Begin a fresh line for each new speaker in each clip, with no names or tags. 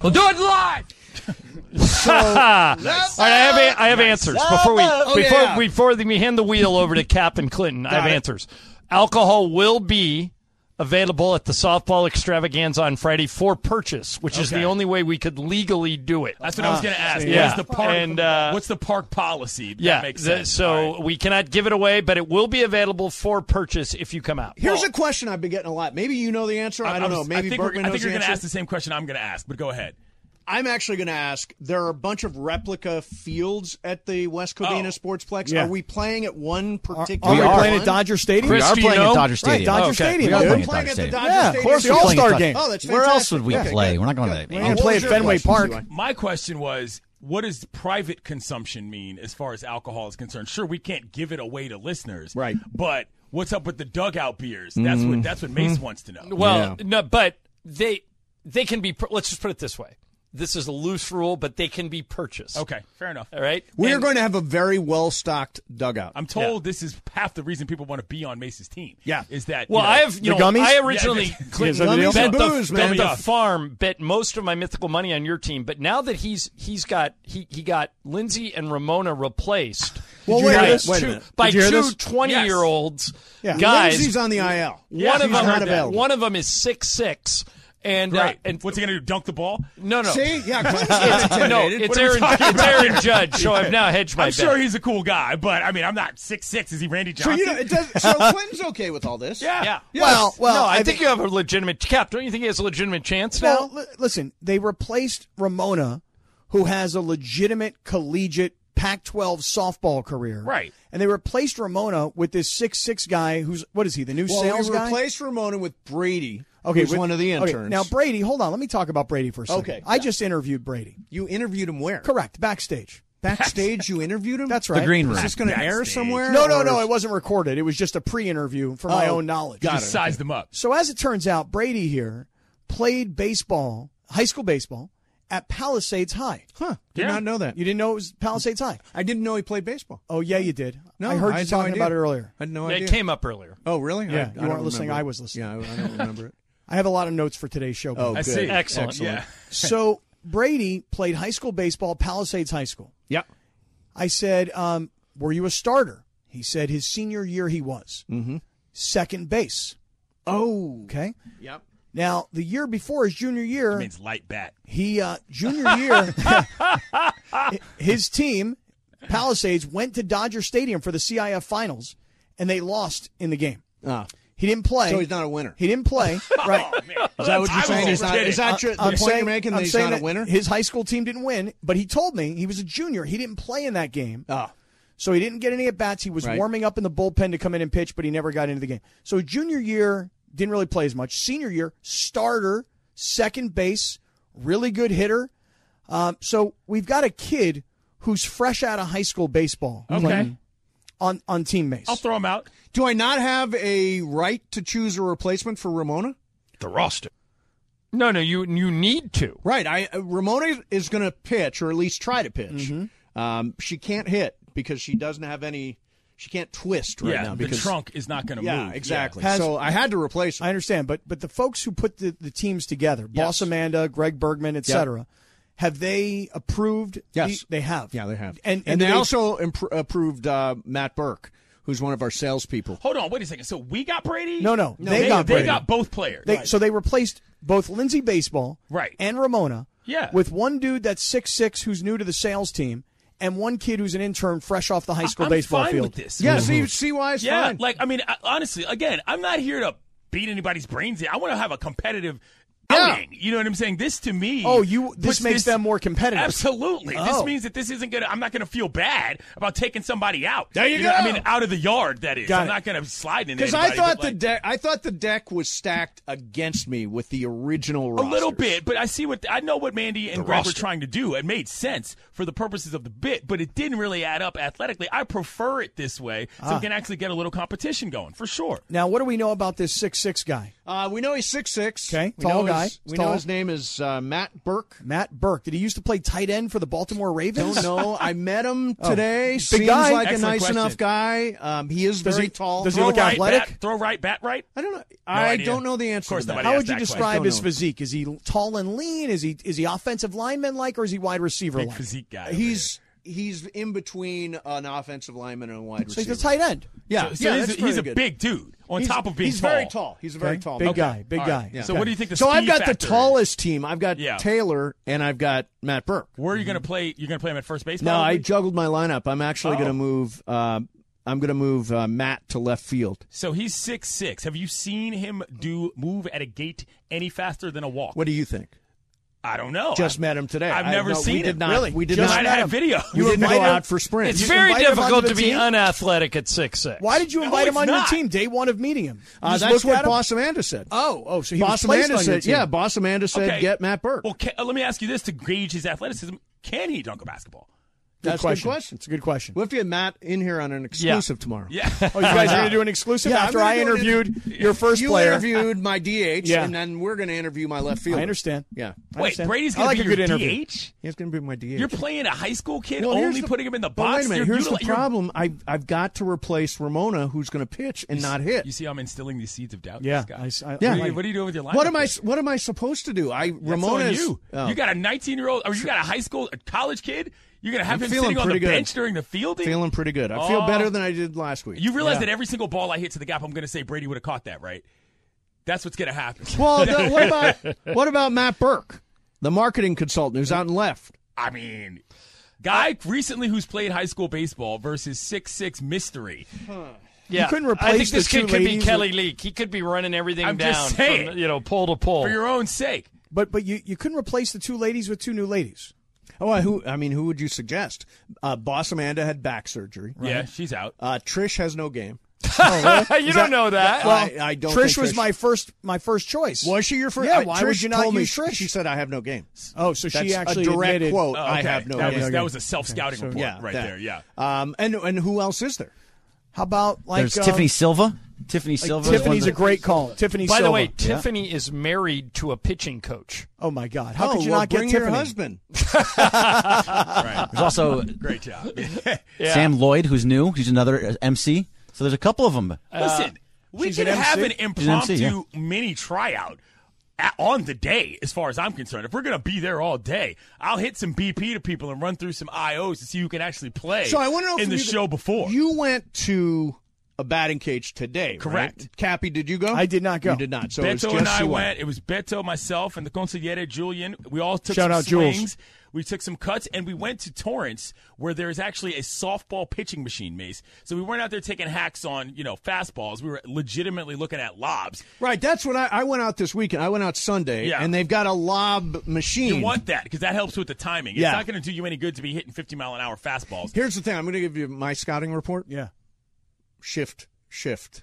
We'll do it live.
All right, I have a, I have answers before we before
Oh, yeah.
before the, we hand the wheel over to Captain Clinton. I have answers. Alcohol will be available at the softball extravaganza on Friday for purchase, which is the only way we could legally do it.
That's what I was going to ask.
Ah, yeah.
What is the park,
And, uh,
what's the park policy? That
yeah,
makes
th-
sense. All
so
right.
we cannot give it away, but it will be available for purchase if you come out.
Here's a question I've been getting a lot. Maybe you know the answer. I,
I'm
don't know.
just-
Maybe
I think,
Bergman
we're, I
knows
think you're
the
going to
answer.
ask the same question I'm going to ask, but go ahead.
I'm actually going to ask. There are a bunch of replica fields at the West Covina
Oh.
Sportsplex.
Yeah.
Are we playing at one particular?
Are we
one?
playing at Dodger Stadium?
Chris,
we are
do you
playing
know?
at Dodger
Right,
Stadium.
Dodger
Okay.
Stadium.
We are
dude.
playing at
We're playing
Dodger
at the
Stadium.
Dodger
Yeah, of
Stadium.
course
The
we're playing at
All-Star
Dodger-
game. Oh, that's
Where else
fantastic.
would we
Okay,
play?
good.
We're not going
Good.
to.
We're gonna play at
What was your
Fenway
question,
Park.
Eli?
My question was what does private consumption mean as far as alcohol is concerned? Sure, we can't give it away to listeners.
Right.
But what's up with the dugout beers? That's what that's what Mace wants to know.
Mm-hmm. Well, no, but they they can be. pur- Let's just put it this way. This is a loose rule, but they can be purchased.
okay, fair enough.
All right.
We are
And-
going to have a very well stocked dugout.
I'm told this is half the reason people want to be on Mace's team.
Yeah.
Is that
Well,
you know,
I have you know
the gummies?
I originally
Yeah,
Clinton,
gummies
bet,
and
the,
booze,
bet
man.
the farm bet most of my mythical money on your team, but now that he's he's got he he got Lindsay and Ramona replaced
Well,
Did you
wait,
hear
by
this?
two
wait a
Did
minute.
by
you hear
two
this?
20
Yes.
year olds
Yeah.
guys.
Lindsay's on the IL.
one of
He's
them
not available.
one of them is six six and uh,
Right.
and
What's he going to do? Dunk the ball?
no no.
See, yeah, Clinton's not
No,
intimidated.
it's Aaron. It's Aaron Judge. So I've now hedged my
I'm
bet.
sure he's a cool guy, but I mean, I'm not six six. Is he Randy
So
Johnson?
you know, it does, so Clinton's okay with all this.
yeah.
yeah.
Well, well,
no, I,
I
think,
think-
you have a legitimate cap. Don't you think he has a legitimate chance
Well,
now?
li- listen, they replaced Ramona, who has a legitimate collegiate Pac 12 softball career.
Right.
And they replaced Ramona with this six six guy who's, what is he, the new
Well,
sales
we
guy?
replaced Ramona with Brady.
Okay,
who's
with-
one of the
okay,
interns.
now Brady, hold on. Let me talk about Brady for a second.
Okay,
I
yeah.
just interviewed Brady.
you interviewed him where?
Correct, backstage.
Backstage, you interviewed him.
That's right. The
green room.
Is this going to air
Backstage.
somewhere?
No, no,
or
no.
is-
It wasn't recorded. It was just a pre-interview for my
Oh,
own knowledge.
got
Just
it.
sized him up.
So as it turns out, Brady here played baseball, high school baseball, at Palisades High.
Huh? Did
Yeah.
not know that.
You didn't know it was Palisades High.
I didn't know he played baseball.
Oh yeah, you did.
No,
I heard you
had no
talking
idea.
about it earlier.
I had no idea.
It came up earlier.
Oh, really?
Yeah, you
don't
weren't listening.
remember
I
it.
was listening.
Yeah, I I don't remember it.
I have a lot of notes for today's show.
Oh,
Bob.
I
good.
see.
Excellent.
Yeah.
So Brady played high school baseball, at Palisades High School.
Yep.
I said, um, "Were you a starter?" He said, "His senior year, he was mm-hmm. second base."
Oh.
Okay.
Yep.
Now the year before his junior year,
It means light bat.
He uh, junior year, his team, Palisades, went to Dodger Stadium for the CIF Finals, and they lost in the game.
Ah.
He didn't play.
So he's not a winner.
He didn't play. right.
Is that what
I
you're
was
saying? Is
just
that, is
kidding.
that your, the point you're making?
Uh, I'm
that he's
saying
not a
that
winner.
His high school team didn't win, but he told me he was a junior. He didn't play in that game.
Oh.
So he didn't get any at bats. He was
Right.
warming up in the bullpen to come in and pitch, but he never got into the game. So junior year didn't really play as much. Senior year, starter, second base, really good hitter. Um, so we've got a kid who's fresh out of high school baseball
Okay.
on on teammates.
I'll throw him out.
Do I not have a right to choose a replacement for Ramona?
The roster. No, no, you you need to.
Right. I uh, Ramona is going to pitch, or at least try to pitch. Um, she can't hit because she doesn't have any. She can't twist right
yeah.
now
the
because
trunk is not going to
yeah,
move.
exactly.
Has-
so I had to replace her.
I understand, but but the folks who put the, the teams together, Boss Amanda, Greg Bergman, et
Yep.
cetera, have they approved?
Yes.
the- they have.
yeah, they have,
And and,
they,
do
also impr- approved uh, Matt Burke, who's one of our salespeople.
Hold on. Wait a second. So we got Brady?
No, no,
They,
they got Brady.
got both players.
They, So they replaced both Lindsey Baseball
Right.
and Ramona
Yeah.
with one dude that's six six who's new to the sales team and one kid who's an intern fresh off the high school
I'm
baseball
fine
field.
with this.
Mm-hmm.
Yeah, see, see why it's
Yeah,
fine.
like I mean, I, honestly, again, I'm not here to beat anybody's brains in. I want to have a competitive outing. You know what I'm saying? This to me.
Oh, you. This
puts
makes them more competitive.
Absolutely.
Oh.
This means that this isn't gonna. I'm not gonna feel bad about taking somebody out.
There you
know-
go.
I mean, out of the yard. That is.
Got
I'm
it.
not gonna slide in.
Because I thought the deck, I thought the deck was stacked against me with the original.
A little bit, but I see what I know what Mandy and Greg were trying to do. It made sense for the purposes of the bit, but it didn't really add up athletically. I prefer it this way, so
Ah.
we can actually get a little competition going for sure.
Now, what do we know about this six six guy,
Uh, we know he's six six.
Okay,
we
tall
know
guy.
His, we
Tall.
know his name is uh, Matt Burke.
Matt Burke? Did he used to play tight end for the Baltimore Ravens?
Don't know. I met him today. Seems
Oh. guy.
like
Excellent
a nice
question.
enough guy. Um, he is
Does
very
he-
tall.
does he
Throw
look
right,
athletic?
bat- throw right, bat right.
I don't know. I
idea.
don't know the
Of
answer.
course
to that.
nobody
How
asked
would you
that question.
describe
Don't
his
know.
physique? Is he tall and lean? Is he is he offensive lineman like, or is he wide receiver
Big
like?
physique guy. over
He's he's in between an offensive lineman and a wide
So he's
receiver.
a tight end.
yeah,
So
yeah,
he's,
that's
a- he's
very
a
good.
big dude on
He's-
top of being
he's
tall.
very tall. He's a very tall.
Big
man.
guy, big
All
guy.
right. So what do you think the
So I've
speed
got the
factor is?
tallest team. I've got
Yeah.
Taylor and I've got Matt Burke.
Where are you going to play? You're going to play him at first base?
Mm-hmm. No, I
probably?
juggled my lineup. I'm actually
Oh.
going to move. Uh, I'm going to move uh, Matt to left field.
So he's six six. Have you seen him do move at a gate any faster than a walk?
What do you think?
I don't know. I-
Just met him today.
I've
I-
never
no, we
seen
did
him.
not-
Really?
we did
Just
not
met him. Video.
We
You
didn't go
invited him-
out for sprints.
It's
You
very
invite him
difficult
onto
to
the
be
team?
unathletic at six six.
Why did you
No,
invite him
it's
on your
not.
team day one of meeting him? You
Uh,
just
that's
looked
what
at him?
Boss Amanda said.
Oh, oh, so he was
Boss
placed
Amanda
on your
said,
team.
"Yeah, Boss Amanda said,
Okay.
get Matt Burke."
Well, ca- uh, let me ask you this to gauge his athleticism: Can he dunk a basketball?
that's
question.
a good question.
It's a good question.
What if you had Matt in here on an exclusive tomorrow?
Yeah.
Oh, you guys are going to do an exclusive
Yeah, I'm
after
gonna
I
do an
interviewed your first
You
player.
interviewed my DH,
Yeah.
and then we're going to interview my left fielder.
I understand.
Yeah,
I
Wait,
understand.
Brady's
I
going
like
to
a
be
good
your
interview.
DH.
he's going to be my DH.
You're playing a high school kid,
Well, here's
only
the-
putting him in the
Well,
box.
Wait a minute.
You're
Here's the
utili- you're-
problem. I I've got to replace Ramona, who's going to pitch and not hit.
You see, I'm instilling these seeds of doubt. in
Yeah,
this guy.
I s- I- I
Yeah.
like
What,
it.
are you doing with your life?
what am I? What am I supposed to do? I Ramona is-
you.
oh.
You got a 19 year old, or you got a high school, a college kid. You're going to have
I'm
him
feeling
sitting on the
pretty good.
bench during the fielding.
feeling pretty good. I feel
Oh.
better than I did last week.
you realize that every single ball I hit to the gap, I'm going to say Brady would have caught that, right? That's what's going to happen.
well, the- what about what about Matt Burke, the marketing consultant who's out and left?
I mean, guy recently who's played high school baseball versus six six mystery.
Yeah.
couldn't
I
replace
think this
the two
kid could be
ladies
Kelly Leak. He could be running everything
I'm
down, from,
just saying.
you know, pole to pole.
For your own sake,
But but you, you couldn't replace the two ladies with two new ladies.
Oh, I, who? I mean, who would you suggest? Uh, Boss Amanda had back surgery.
yeah, she's out.
Uh, Trish has no game.
you don't know that.
Well, I, I don't.
Trish
think
was my first my first choice.
Was she your first?
Yeah,
I-
why
Trish
would you not
told me
use Trish?
She said, "I have no game."
oh, so
That's
she actually
a direct
admitted-
quote.
Oh,
I
okay.
have no
That
game.
was, that was a self scouting report right
that.
there. Yeah.
Um, and and who else is there?
How about like
There's
uh,
Tiffany Silva. um, Tiffany
like,
Silva. is one
Tiffany's
of
a
the-
great call. Tiffany.
By the
Silva.
way, Tiffany is married to a pitching coach.
oh my God, how
oh,
could you
well,
not
bring
get
your
Tiffany?
husband?
There's also
Great job.
Sam Lloyd, who's new. He's another uh, MC. So there's a couple of them.
Listen, we
she's
can
an
have
MC?
an
She's an MC,
impromptu mini tryout at, on the day, as far as I'm concerned. If we're going to be there all day, I'll hit some BP to people and run through some IOs to see who can actually play
So I want to know
in
from
the
you
show before.
you went to a batting cage today.
Correct.
right? Cappy, did you go?
I did not go.
You did not. So it was
Beto
just
and I
you
went. It was Beto, myself, and the consigliere Julian. We all took
Shout
some
out Jules.
swings. We took some cuts, and we went to Torrance, where there is actually a softball pitching machine, Mace. So we weren't out there taking hacks on, you know, fastballs. We were legitimately looking at lobs.
Right, that's what I, I went out this weekend. I went out Sunday,
Yeah.
and they've got a lob machine.
You want that because that helps with the timing. It's
Yeah.
not going to do you any good to be hitting 50 mile an hour fastballs.
Here's the thing. I'm going to give you my scouting report.
Yeah.
Shift, shift,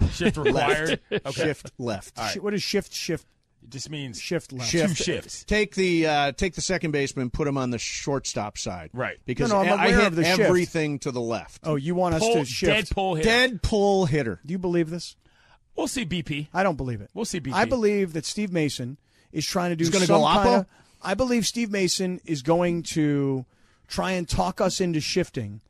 Shift required. okay.
shift left.
Sh- What is shift shift
It just means
shift left?
two shifts.
Take the uh, take the second baseman, put him on the shortstop side.
Right.
Because
No, no, I'm
I- I
aware
hit
of the shift.
everything to the left.
Oh, you want us
Pull,
to shift?
Dead pull hit.
Dead pull hitter.
Do you believe this?
We'll see BP.
I don't believe it.
We'll see BP.
I believe that Steve Mason is trying to do
He's gonna
some
go oppo?
kind of. I believe Steve Mason is going to try and talk us into shifting,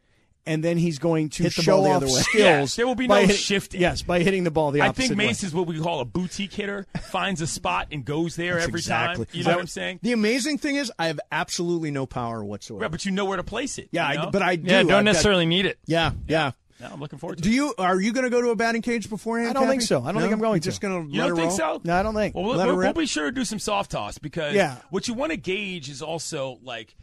and then he's going to
Hit the
show
ball the
off
other way.
skills.
Yeah, there will be
by
no
hitting-
shifting.
Yes, by hitting the ball the
I
opposite
think Mace
way.
is what we call a boutique hitter. Finds a spot and goes there every time. You know what I'm saying?
The amazing thing is, I have absolutely no power whatsoever.
Right, but you know where to place it.
yeah,
you know?
I, but I do.
yeah,
I've
don't
got-
necessarily need it.
yeah, yeah.
No, I'm looking forward to
Do
it.
you? Are you going to go to a batting cage beforehand?
I don't
Cappy?
think so. I don't
No?
think I'm going
You're
to.
Just going to.
You don't think so?
No, I don't think.
Well, we'll,
Let her
we'll, we'll
rip.
be sure to do some soft toss because
Yeah.
what you want to gauge is also like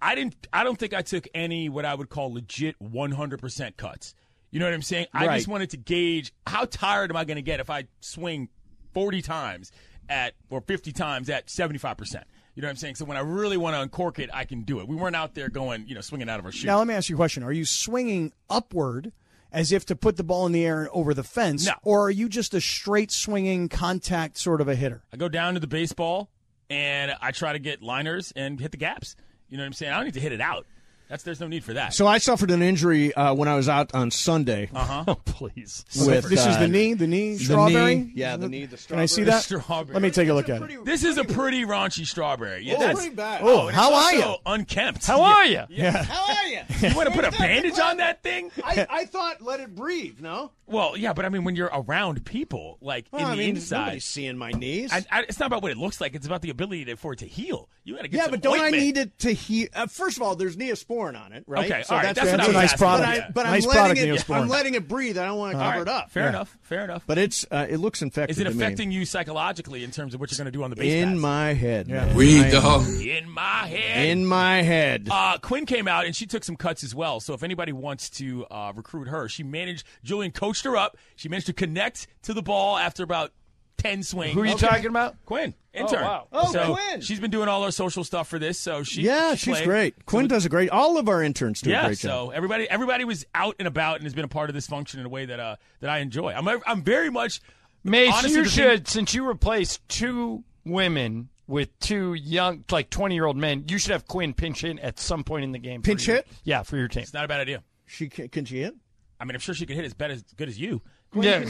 I didn't. I don't think I took any what I would call legit 100% cuts. You know what I'm saying? I
Right.
just wanted to gauge how tired am I going to get if I swing 40 times at or 50 times at 75%. You know what I'm saying? So when I really want to uncork it, I can do it. We weren't out there going, you know, swinging out of our shoes.
Now let me ask you a question: Are you swinging upward as if to put the ball in the air and over the fence,
No.
or are you just a straight swinging contact sort of a hitter?
I go down to the baseball and I try to get liners and hit the gaps. You know what I'm saying? I don't need to hit it out. That's there's no need for that.
So I suffered an injury uh, when I was out on Sunday.
Uh-huh.
Oh, please.
With,
this is
uh,
the knee, the knee, strawberry.
knee. Yeah, the knee, the
Can I see
strawberry.
that?
Strawberry.
Let me take a look at it.
this is a pretty raunchy strawberry. Yeah, that's
pretty bad.
Oh, how are
also
you?
Unkempt.
How are you?
How are you?
You want to put a bandage on that thing?
I, I thought let it breathe. No,
Well, yeah, but I mean, when you're around people, like
Well,
in
I
the
mean,
inside,
nobody's seeing my knees.
I, I, it's not about what it looks like. It's about the ability to, for it to heal. You got to get.
yeah,
some
but don't I
ointment.
need it to heal? Uh, first of all, there's Neosporin on it, right?
Okay, all right, that's
what
what
I
I was
nice
asking.
product.
Yeah.
But, I, but
Nice
I'm letting
product,
it.
Neosporin.
I'm letting it breathe. I don't want to
All
cover it
right,
up.
Fair enough. Fair enough.
But it's uh, it looks infected.
is it
to me.
affecting you psychologically in terms of what you're going to do on the base?
in
paths?
my head? man.
Weed, dog.
in my head.
In my head.
Uh, Quinn came out and she took some cuts as well. So if anybody wants to uh, recruit her, she managed. Julian coached her up. She managed to connect to the ball after about ten swings.
Who are you talking about?
Quinn, intern.
wow.
Oh,
So
Quinn.
She's been doing all our social stuff for this. So she,
yeah,
she
she's
played.
great. Quinn does a great. All of our interns do a
Yeah,
great job.
so everybody everybody was out and about and has been a part of this function in a way that uh that I enjoy. I'm I'm very much
Mace,
honestly,
you
the thing-
should, since you replaced two women with two young, like 20 year old men, you should have Quinn pinch hit at some point in the game. for
Pinch
your-
hit?
Yeah, for your team.
It's not a bad idea.
She can, can she hit?
I mean, I'm sure she could hit as bad as good as you.
yeah.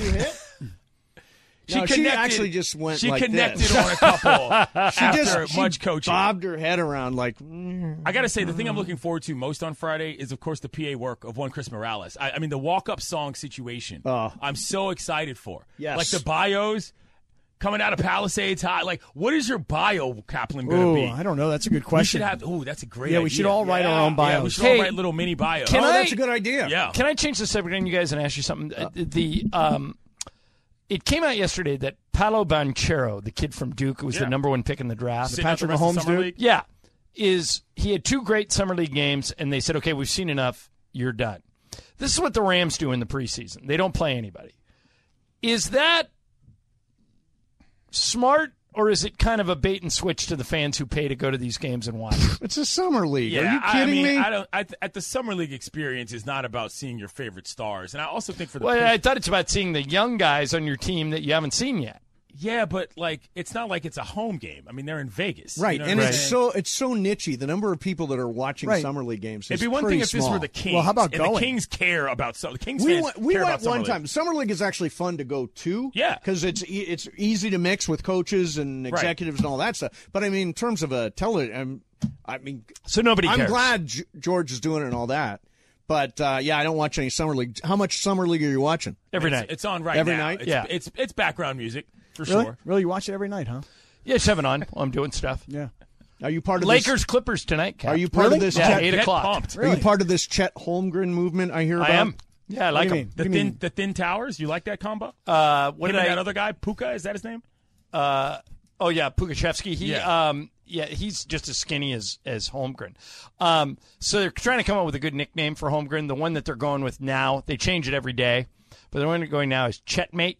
She,
No, she
connected,
actually just went
She
like
connected
this.
on a couple. she after
Just- she
much coaching.
bobbed her head around like
I gotta say, the thing I'm looking forward to most on Friday is, of course, the PA work of one Chris Morales. I, I mean, the walk-up song situation.
Oh.
I'm so excited for.
Yes.
like the bios coming out of Palisades High. Like, what is your bio, Kaplan, going to
Ooh,
be?
I don't know. That's a good
we
question.
should have. Ooh, that's a great.
yeah, we should
idea.
all write our own
Yeah, we
bios.
should
Hey,
all write little mini bios.
can
oh
I-
that's a good idea
yeah.
Can I change the subject on you guys and ask you something? Uh, the um, it came out yesterday that Paolo Banchero, the kid from Duke, who was the
Yeah.
number one pick in the draft.
Sitting out the rest of
Mahomes
summer
dude?
league?
Yeah, is he had two great summer league games, and they said, "Okay, we've seen enough. You're done." This is what the Rams do in the preseason. They don't play anybody. Is that smart, or is it kind of a bait and switch to the fans who pay to go to these games and watch?
it's a summer league are you
I-
kidding
I, mean,
me
I don't. I th- at the summer league experience is not about seeing your favorite stars, and I also think for the
well,
Pistons-
I thought it's about seeing the young guys on your team that you haven't seen yet.
yeah, but like it's not like it's a home game. I mean, they're in Vegas,
right
You know what
and
I'm
it's
saying?
so it's so nichey the number of people that are watching
Right.
summer league games
It'd
is
be one
pretty
thing if
small.
this were the Kings.
Well, how about
and The
going?
Kings care about something. The Kings
we
fans
went, we
care
went
about summer
one
league.
time. Summer league is actually fun to go to.
Yeah.
because it's e- it's easy to mix with coaches and executives and all that stuff. But I mean, in terms of a tele, I'm, I mean,
So nobody
I'm
cares.
glad G- George is doing it and all that. But uh, yeah, I don't watch any summer league. How much summer league are you watching?
every
It's,
night.
it's on right
Every
now.
night?
It's,
Yeah.
it's it's background music for
really?
sure.
really, you watch it every night, huh?
yeah, just have it on while I'm doing stuff.
Yeah.
Are you part of
Lakers Clippers tonight. Cap.
This, are you part
Really?
of this?
Yeah,
Chet,
eight
Get
o'clock.
pumped.
Are you part of this Chet Holmgren movement? I hear about.
I am. Yeah, I like
do you
him.
The
You
thin
mean-
the thin towers. You like that combo?
Uh, what
Him
did
and
I?
that other guy, Puka, is that his name?
uh, oh yeah, Pukashevsky. He
Yeah.
um yeah, he's just as skinny as as Holmgren. Um, so they're trying to come up with a good nickname for Holmgren. The one that they're going with now, they change it every day, but the one they're going now is Chetmate.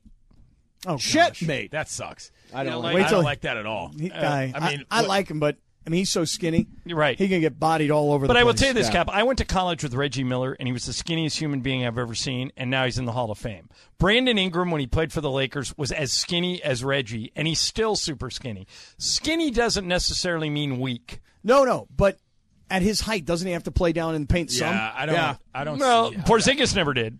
Oh,
Chet,
gosh.
mate.
That sucks.
I don't like
I
Wait
don't
till-
like that at all.
He,
Uh,
guy.
I mean,
I,
what-
like him, but I mean, he's so skinny.
You're right.
He can get bodied all over.
But
the
I will
place.
tell you this, Cap. I went to college with Reggie Miller, and he was the skinniest human being I've ever seen, and now he's in the Hall of Fame. Brandon Ingram, when he played for the Lakers, was as skinny as Reggie, and he's still super skinny. Skinny doesn't necessarily mean weak.
No, no, but at his height, doesn't he have to play down and paint some?
yeah, I don't.
Yeah.
I don't.
Well,
see how
Porzingis never did.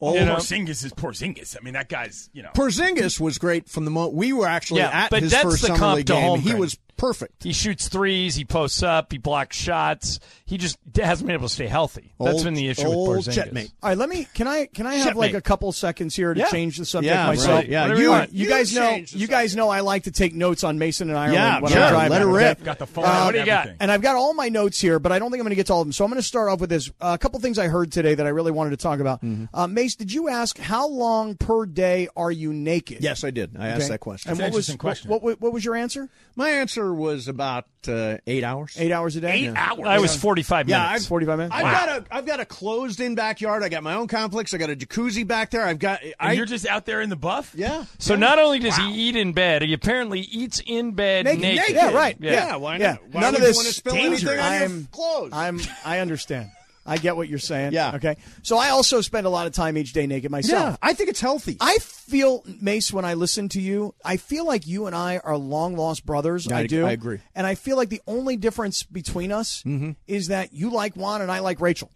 that-
you know.
Porzingis is Porzingis. I mean, that guy's you know.
Porzingis was great from the moment we were actually
Yeah,
at
but
his
that's
first
the
summer
comp
league
to
game. He
Holmgren.
was perfect.
He shoots threes, he posts up, he blocks shots. He just hasn't been able to stay healthy. That's
Old-
been the issue
old
with Porzingis.
checkmate.
All right, let me. Can I? Can I have like a couple seconds here to
Yeah.
change the subject
Yeah,
myself?
right. Yeah,
Whatever you,
you-
want. you
you
guys know. You
change the
guys
subject.
know I like to take notes on Mason and Ireland
Yeah,
when
sure.
I'm driving.
Let her
okay?
rip.
Got the phone.
Uh,
and
what do you got?
everything.
And I've got all my notes here, but I don't think I'm going to get to all of them. So I'm going to start off with this. Uh, A couple things I heard today that I really wanted to talk about.
Mm-hmm.
Uh, Mace, did you ask how long per day are you naked?
Yes, I did. I asked
Okay.
that question.
And what was
interesting question.
What, what, what was your answer?
My answer Twitter was about uh, eight hours.
Eight hours a day.
Eight hours.
I was 45
Yeah,
minutes.
I've-
45 minutes.
I've got a I've got a closed in backyard. I got my own complex. I got a jacuzzi back there. I've got
and
I
you're just out there in the buff.
yeah.
so not only does he eat in bed, he apparently eats in bed naked.
naked. Yeah, right.
Yeah.
Yeah, why
Yeah.
not? Why
None
would
of
you
this
want to spill
dangerous.
anything on your
I'm-
clothes?
I'm I understand. I get what you're saying.
Yeah.
Okay. So I also spend a lot of time each day naked myself.
yeah, I think it's healthy.
I feel Mace when I listen to you. I feel like you and I are long lost brothers. I,
I-
do.
I agree.
And I feel like the only difference between us is that you like Juan and I like Rachel.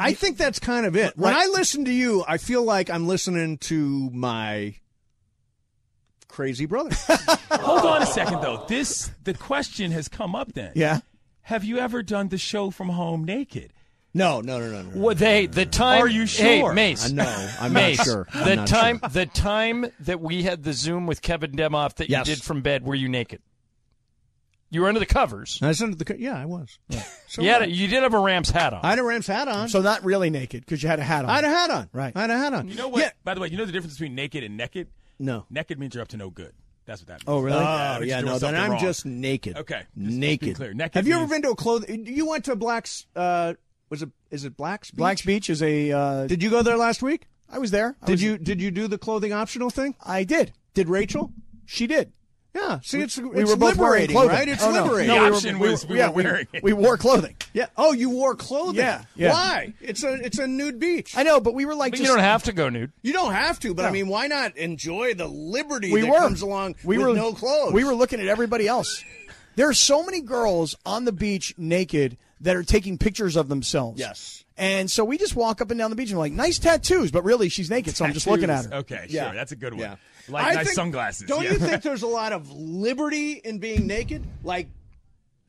I think that's kind of it. When
Right.
I listen to you, I feel like I'm listening to my crazy brother.
Hold on a second though. This the question has come up then.
Yeah.
Have you ever done the show from home naked?
no, no, no, no, no.
Well, they the time.
Are you
Hey,
sure?
Mace.
I know. I'm
Mace,
not sure. I'm
the
not
time
sure.
the time that we had the Zoom with Kevin Demoff that
Yes.
you did from bed, were you naked? You were under the covers.
I was under the co- yeah, I was. So
You, had
what?
a, you did have a Rams hat on.
I had a Rams hat on.
So not really naked because you had a hat on.
I had a hat on.
Right.
I had a hat on.
You know what?
Yeah.
By the way, you know the difference between naked and naked?
No.
Naked means you're up to no good. That's what that means.
Oh really?
Yeah,
Oh yeah.
you're doing
No. Then
something
I'm
wrong.
just naked.
Okay, just- just be
Naked.
clear. Naked
Have you ever
means-
been to a cloth? You went to Black's. Uh, was it? Is it Black's? Beach?
Black's Beach is a. Uh,
Did you go there last week?
I was there. I
Did
was-
you? Did you do the clothing optional thing?
I did.
Did Rachel?
She did.
Yeah. See, it's
We
it's
were both wearing
liberating,
clothing.
right? It's
Oh, no.
liberating.
The
No, we were-
option
we were-
was we
yeah,
were wearing it.
We wore clothing.
Yeah. Oh, you wore clothing.
Yeah, yeah.
Why? It's a it's a nude beach.
I know, but we were like
But
just
you don't have to go nude.
you don't have to, but I mean, why not enjoy the liberty
we
that
were
comes along
we
with
were
no clothes?
We were looking at everybody else. There are so many girls on the beach naked that are taking pictures of themselves.
Yes.
And so we just walk up and down the beach and we're like, nice tattoos, but really she's naked, so I'm just looking at her.
Okay,
Yeah.
sure. That's a good one.
Yeah.
Like
I
nice
think-
sunglasses.
Don't
yeah.
you think there's a lot of liberty in being naked? Like,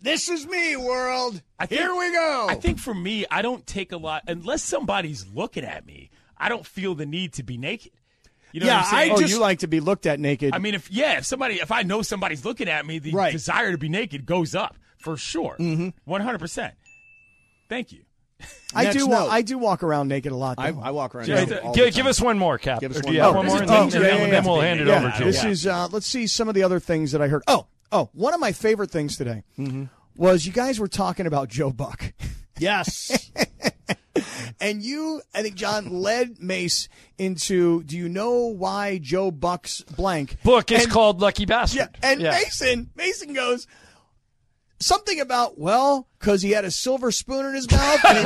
this is me, world.
I think-
Here we go.
I think for me, I don't take a lot unless somebody's looking at me. I don't feel the need to be naked. You know
Yeah,
what I'm saying?
Oh,
just-
you like to be looked at naked.
I mean, if yeah, if somebody, if I know somebody's looking at me, the
Right. Mm-hmm.
desire to be naked goes up for sure, one hundred percent. Thank you.
I
Next
do wa-
note.
I do walk around naked a lot.
I,
though.
I walk around.
Just,
naked
uh,
all the
Give,
time.
give us one more, Cap.
Give us
Or do
one
you have
more.
one more?
This
and
is-
then,
oh, yeah,
and
yeah,
then
yeah.
we'll hand it
yeah,
over to
This
you.
is uh, let's see some of the other things that I heard. Oh, oh, one of my favorite things today
Mm-hmm.
was you guys were talking about Joe Buck.
Yes.
And you, I think, John led Mace into. Do you know why Joe Buck's blank
Book is
And-
called Lucky Bastard.
Yeah, and Mason, Mason goes something about well, because he had a silver spoon in his mouth and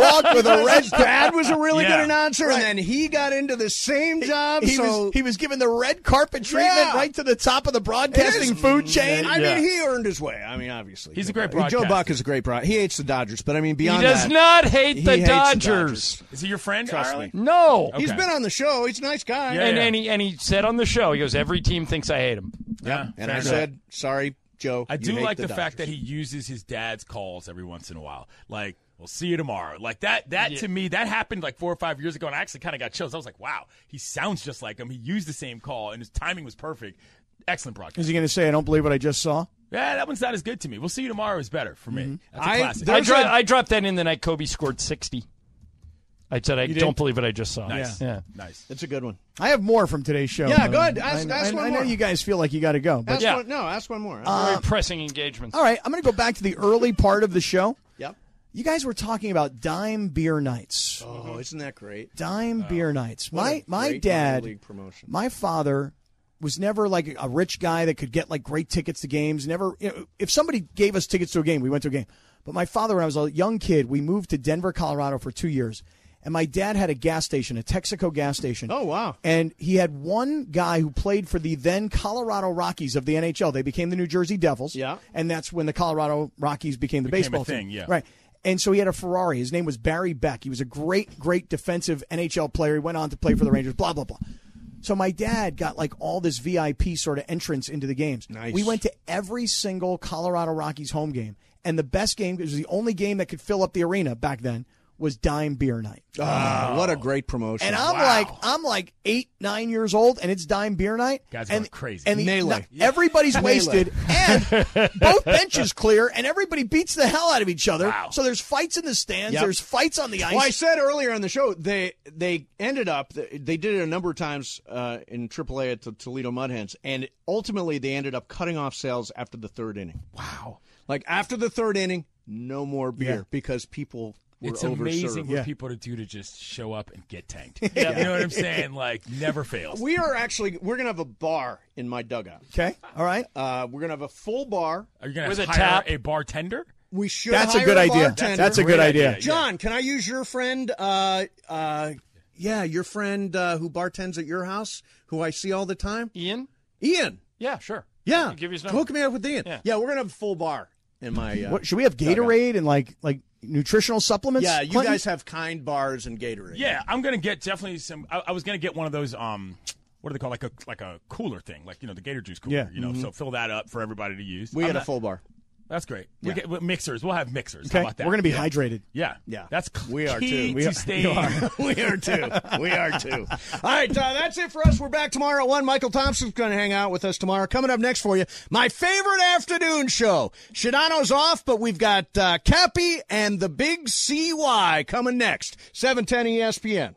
walked with a red
His dad was a really
Yeah.
good announcer, and then he got into the same job.
He
so
was he was given the red carpet treatment
Yeah.
right to the top of the broadcasting food chain.
I
Yeah.
mean, he earned his way. I mean, obviously,
He's a
Joe
great
Buck- Joe
broadcaster.
Buck is a great broad. He hates the Dodgers, but I mean,
he
beyond
does
that,
not hate
he
the
hates
Dodgers.
Is he your friend?
Trust
Ireland?
me.
No.
He's
Okay.
been on the show. He's a nice guy.
Yeah,
And,
yeah.
and, he, and he said on the show, he goes, every team thinks I hate him.
Yeah,
And
fair
I
enough.
said, sorry, Joe.
I
you
do
hate
like the,
Dodgers.
fact that he uses his dad's calls every once in a while. Like, we'll see you tomorrow. Like that. That to me, that happened like four or five years ago, and I actually kind of got chills. I was like, wow, he sounds just like him. He used the same call, and his timing was perfect. Excellent broadcast.
Is he going to say, "I don't believe what I just saw"?
Yeah, that one's not as good to me. We'll see you tomorrow is better for me. That's a
Mm-hmm. I-
classic.
I,
There's
dro-
a-
I dropped that in the night Kobe scored 60. I said, I don't believe what I just saw.
Nice.
Yeah.
nice.
That's a good one.
I have more from today's show.
Yeah, go ahead.
I-
Ask-
I,
ask
I-
one
I know
more.
you guys feel like you got to go, but
Ask
Yeah.
one, no, ask one more.
Very
Um,
pressing engagements.
all right, I'm going to go back to the early part of the show.
yep.
You guys were talking about dime beer nights.
Oh, isn't that great?
dime beer nights.
what
My
a
my
great
dad,
minor league promotion.
my father was never like a rich guy that could get like great tickets to games. Never, you know, if somebody gave us tickets to a game, we went to a game. But my father, when I was a young kid, we moved to Denver, Colorado for two years, and my dad had a gas station, a Texaco gas station.
Oh, wow.
And he had one guy who played for the then Colorado Rockies of the NHL. They became the New Jersey Devils.
Yeah.
and that's when the Colorado Rockies became the
Became a
baseball
thing,
team.
yeah.
right. And so he had a Ferrari. His name was Barry Beck. He was a great, great defensive NHL player. He went on to play for the Rangers, blah, blah, blah. So my dad got like all this VIP sort of entrance into the games.
Nice.
We went to every single Colorado Rockies home game. And the best game, it was the only game that could fill up the arena back then, was dime beer night.
Ah, what a great promotion.
And I'm like, I'm like eight, nine years old, and it's dime beer night.
Guys
and,
going crazy.
And the,
Melee.
no- everybody's wasted, and both benches clear, and everybody beats the hell out of each other.
Wow.
So there's fights in the stands.
Yep.
There's fights on the ice.
Well, I said earlier on the show they they ended up they did it a number of times uh, in AAA at the Toledo Mud Hens, and ultimately they ended up cutting off sales after the third inning. Wow! Like after the third inning, no more beer because people were
It's
overserved.
amazing what
Yeah.
people to do to just show up and get tanked. You know what I'm saying? Like never fails.
We are actually we're gonna have a bar in my dugout.
okay, all right.
Uh, we're gonna have a full bar.
Are you gonna
With a
hire
tap.
a bartender?
We should.
That's a
hire
good idea.
bartender.
That's a good
Great
idea.
idea.
John, can I use your friend? Uh, uh, yeah, your friend uh, who bartends at your house, who I see all the time,
Ian?
Ian.
Yeah, sure.
Yeah,
You give his number.
hook me up with Ian.
Yeah.
Yeah, we're gonna have a full bar in my. Uh,
What, should we have Gatorade and like like nutritional supplements?
yeah, you
Clinton?
guys have kind bars and Gatorade.
Yeah, I'm gonna get definitely some. I, I was gonna get one of those. Um, what do they call like a like a cooler thing? Like you know the Gator juice cooler.
Yeah.
You know, so fill that up for everybody to use.
Mm-hmm. we
I'm
had a
not-
full bar.
That's great. We get well, mixers. We'll have mixers.
Okay,
How about that?
we're gonna be
yeah.
hydrated.
Yeah,
Yeah.
That's cl-
We are
key
too.
To
We are-
staying-
we are too. We are too. All right, uh, that's it for us. We're back tomorrow at one. Michael Thompson's going to hang out with us tomorrow. Coming up next for you, my favorite afternoon show. Shadano's off, but we've got uh, Cappy and the Big CY coming next. Seven ten E ESPN.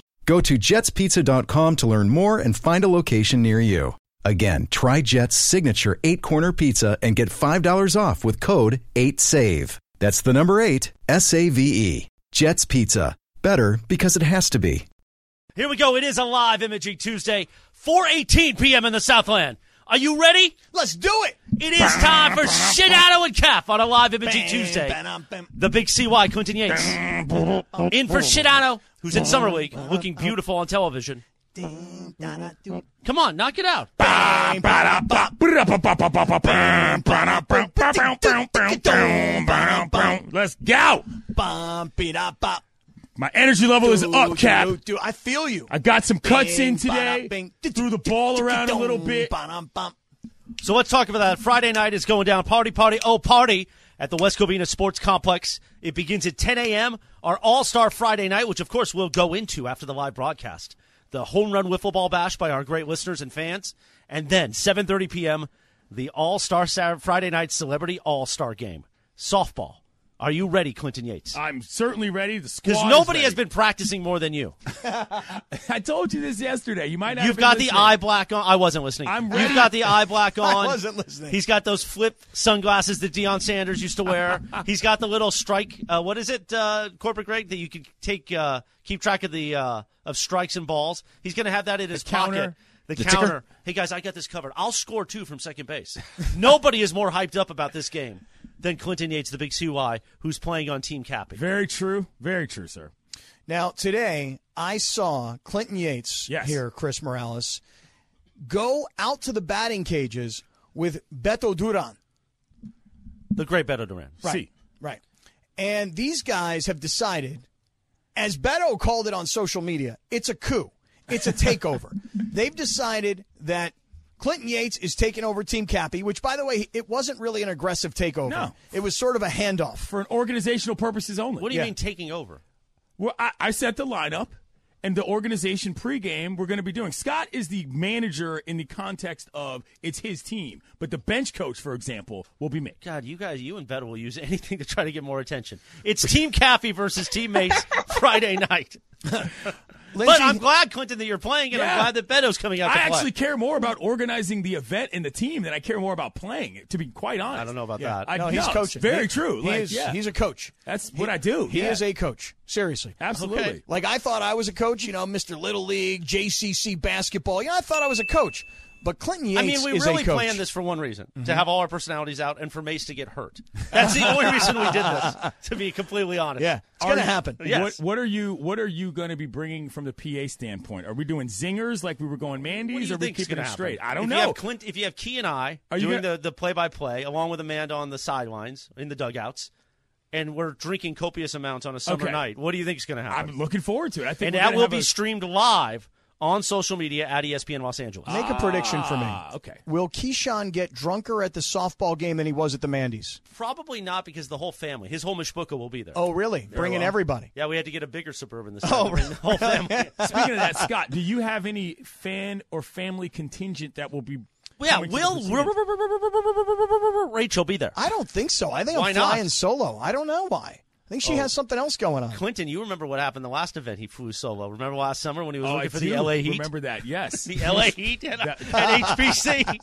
Go to jetspizza.com to learn more and find a location near you. Again, try Jet's signature eight corner pizza and get $5 off with code 8SAVE. That's the number eight, S A V E. Jet's Pizza. Better because it has to be.
Here we go. It is a live imaging Tuesday, 4:18 p.m. in the Southland. Are you ready?
Let's do it.
It is time for Shinano and Calf on a live imaging Tuesday. The big CY Clinton Yates in for Shinano, who's in summer league, looking beautiful on television. Come on, knock it out.
Let's go.
Bum, beat up, bop.
My energy level is up, Cap.
Dude, dude, I feel you.
I got some cuts
Bing,
in
ba-da,
today.
bing.
Threw the ball around a little bit.
Bum, bum.
So let's talk about that. Friday night is going down. Party, party, oh, party at the West Covina Sports Complex. It begins at 10 a.m. Our All Star Friday night, which of course we'll go into after the live broadcast. The home run wiffle ball bash by our great listeners and fans, and then 7:30 p.m. the All Star Friday night celebrity All Star game softball. Are you ready, Clinton Yates?
I'm certainly ready. The squad.
Because
is
nobody has
ready.
been practicing more than you.
I told you this yesterday. You might not.
You've
have been
got the
listening.
eye black on. I wasn't listening.
I'm
You've
ready.
got the eye black on.
wasn't listening.
He's got those flip sunglasses that Deion Sanders used to wear. He's got the little strike. Uh, what is it, uh, corporate Greg? That you can take uh, keep track of the uh, of strikes and balls. He's going to have that in his pocket.
counter.
The,
The ticker?
counter. Hey guys, I got this covered. I'll score two from second base. Nobody is more hyped up about this game than Clinton Yates, the big CY, who's playing on Team Cappy.
Very true. Very true, sir.
Now, today, I saw Clinton Yates
Yes.
here, Chris Morales, go out to the batting cages with Beto Duran.
The great Beto Duran.
See.
Right. And these guys have decided, as Beto called it on social media, it's a coup. It's a takeover. They've decided that Clinton Yates is taking over Team Cappy, which, by the way, it wasn't really an aggressive takeover.
No.
It was sort of a handoff.
for an organizational purposes only.
What do you
Yeah.
mean taking over?
Well, I, I set the lineup and the organization pregame we're going to be doing. Scott is the manager in the context of it's his team, but the bench coach, for example, will be me.
God, you guys, you and Beto will use anything to try to get more attention. It's Team Caffey versus teammates Friday night. but
Lindsey-
I'm glad, Clinton, that you're playing, and I'm
Yeah.
glad that Beto's coming out to
I
play.
actually care more about organizing the event and the team than I care more about playing. To be quite honest,
I don't know about that.
I,
no, he's
it's
coaching.
Very
He-
true.
He
like,
is,
yeah,
He's a coach.
that's what I do.
He
Yeah.
is a coach. Seriously.
absolutely.
Like I thought I was a coach, you know, Mr. Little League, JCC basketball. Yeah, I thought I was a coach. But Clinton Yates
I mean, we
is
really
a coach.
planned this for one reason
Mm-hmm.
to have all our personalities out and for Mace to get hurt. That's the only reason we did this, to be completely honest.
Yeah, it's
Are
going to
you-
happen.
Yes.
What, what are you What are you going to be bringing from the PA standpoint? Are we doing zingers like we were going
What do
Mandy's?
you
Or are we
think's
keeping
gonna
it
happen?
straight? I don't
if
know.
You have Clint, if you have Key and I
Are you
doing
gonna-
the, the play-by-play along with Amanda on the sidelines in the dugouts, and we're drinking copious amounts on a summer
Okay.
night, what do you think is going to happen?
I'm looking forward to it. I think
and
we're
that
gonna
will
have
be
a-
streamed live on social media at E ESPN Los Angeles.
Make a prediction for me.
Ah, okay.
Will Keyshawn get drunker at the softball game than he was at the Mandy's?
Probably not because the whole family, his whole mishpucha will be there.
Oh, really? Bringing everybody.
Yeah, we had to get a bigger suburban this time. Oh, the whole family.
Speaking of that, Scott, do you have any fan or family contingent that will be?
yeah,
coming to the
will
proceedings?
Rachel be there?
I don't think so. I think
Why
I'm
not? Oh.
flying solo. I don't know why. I think she has something else going on.
Clinton, you remember what happened the last event? He flew solo. Remember last summer when he was
Oh,
looking
I
for
do
the LA Heat?
Remember that? Yes,
the LA Heat and, and HBC.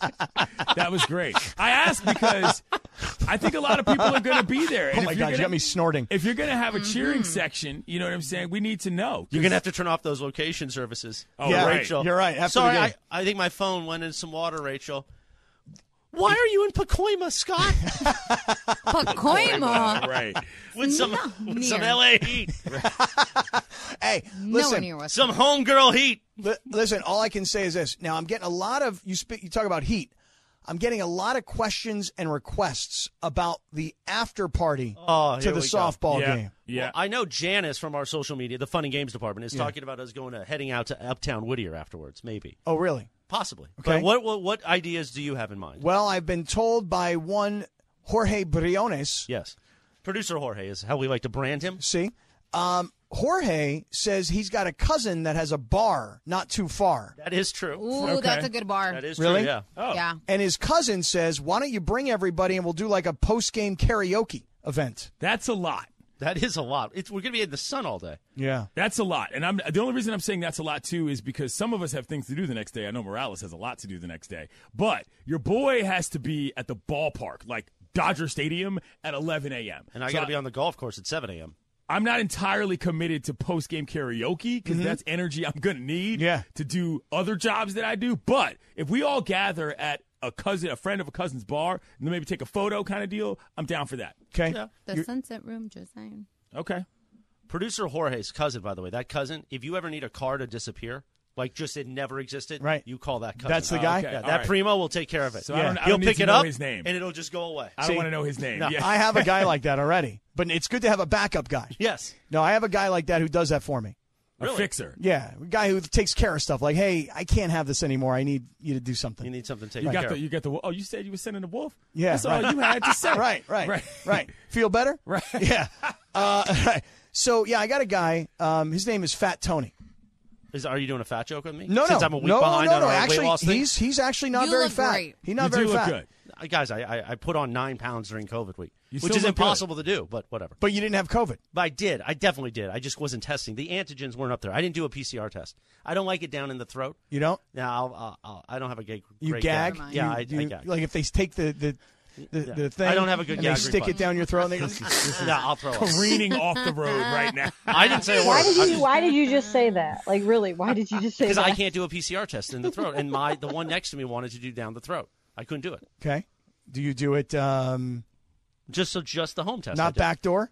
that was great. I asked because I think a lot of people are going to be there.
Oh my God, you got me snorting.
If you're going to have a cheering
Mm-hmm.
section, you know what I'm saying. We need to know.
You're gonna have to turn off those location services. Oh,
Yeah, right.
Rachel,
you're right. After the
Sorry,
game.
I, I think my phone went in some water, Rachel. Why are you in Pacoima, Scott?
Pacoima.
right.
With some,
Not
with some
near.
LA Heat,
Hey,
Nowhere
listen,
near West.
some homegirl Heat.
li- listen. All I can say is this. Now I'm getting a lot of you. Speak, you talk about heat. I'm getting a lot of questions and requests about the after party
Oh,
to
here
the
we go.
softball
Yeah.
game.
Yeah.
Well, I know Janice from our social media, the Fun and Games department, is talking about us going to heading out to Uptown Whittier afterwards, maybe,
Oh, really?
possibly.
Okay.
But what, what what ideas do you have in mind?
Well, I've been told by one Jorge Briones.
Yes, producer Jorge is how we like to brand him.
See, um, Jorge says he's got a cousin that has a bar not too far,
That is true.
Ooh, that's a good bar.
That is
Really?
true. Yeah. Oh,
Yeah.
and his cousin says, "Why don't you bring everybody and we'll do like a post game karaoke event?"
That's a lot.
That is a lot. It's, we're going to be in the sun all day.
Yeah.
That's a lot. And I'm the only reason I'm saying that's a lot too is because some of us have things to do the next day. I know Morales has a lot to do the next day. But your boy has to be at the ballpark, like Dodger Stadium at 11 a.m.
And I
So
got to be on the golf course at 7 a.m.
I'm not entirely committed to post game karaoke
Mm-hmm.
because that's energy I'm going to need
Yeah.
to do other jobs that I do. But if we all gather at a cousin, a friend of a cousin's bar, and then maybe take a photo kind of deal, I'm down for that.
Okay.
The sunset room, just saying.
Okay.
Producer Jorge's cousin, by the way, that cousin, if you ever need a car to disappear, like just it never existed,
Right.
you call that cousin.
That's the
Uh,
guy.
okay.
yeah,
All
that
right.
primo will take care of it.
So I Yeah. don't- I
He'll
don't need
pick
to
it
know
up
his name.
and it'll just go away.
I
See,
don't want to know his name.
No,
Yeah.
I have a guy like that already, but it's good to have a backup guy.
yes.
No, I have a guy like that who does that for me.
a fixer.
Yeah, a guy who takes care of stuff. Like, hey, I can't have this anymore. I need you to do something.
You need something taken
You
care
got the
of.
you got the oh you said you were sending the wolf
Yeah,
that's all
right.
you had to say
right, right, right,
Right.
Feel better?
Right.
Yeah. Uh, right. So yeah, I got a guy. Um, his name is Fat Tony.
Is, are you doing a fat joke with me?
No,
Since
no,
I'm a week
no,
behind
no,
on
no.
our
Actually,
weight loss thing?
he's he's actually not
You
very
look
fat.
great.
He's
you
not
do
very
look
fat.
good
Uh, guys, I, I, I put on nine pounds during COVID week,
You
which
still
is
look good.
impossible to do, but whatever.
But you didn't have COVID.
But I did. I definitely did. I just wasn't testing. The antigens weren't up there. I didn't do a PCR test. I don't like it down in the throat.
You don't.
No, I'll, I'll, I'll, I don't have a gag.
You
great
gag.
Never mind.
Yeah, I,
You-
I
you-
gag.
Like if they take the the the,
Yeah.
the thing.
I don't have a good
and
gag
They stick
reflex.
it down your throat. and they go,
yeah, I'll throw up.
careening off the road right now
I didn't say a
Why
word.
did you? Why did you just say that? Like, really? Why did you just say
Because
that?
I can't do a PCR test in the throat, and my the one next to me wanted to do down the throat. I couldn't do it.
okay. Do you do it? Um,
Just so just the home test. I
not
did.
back door.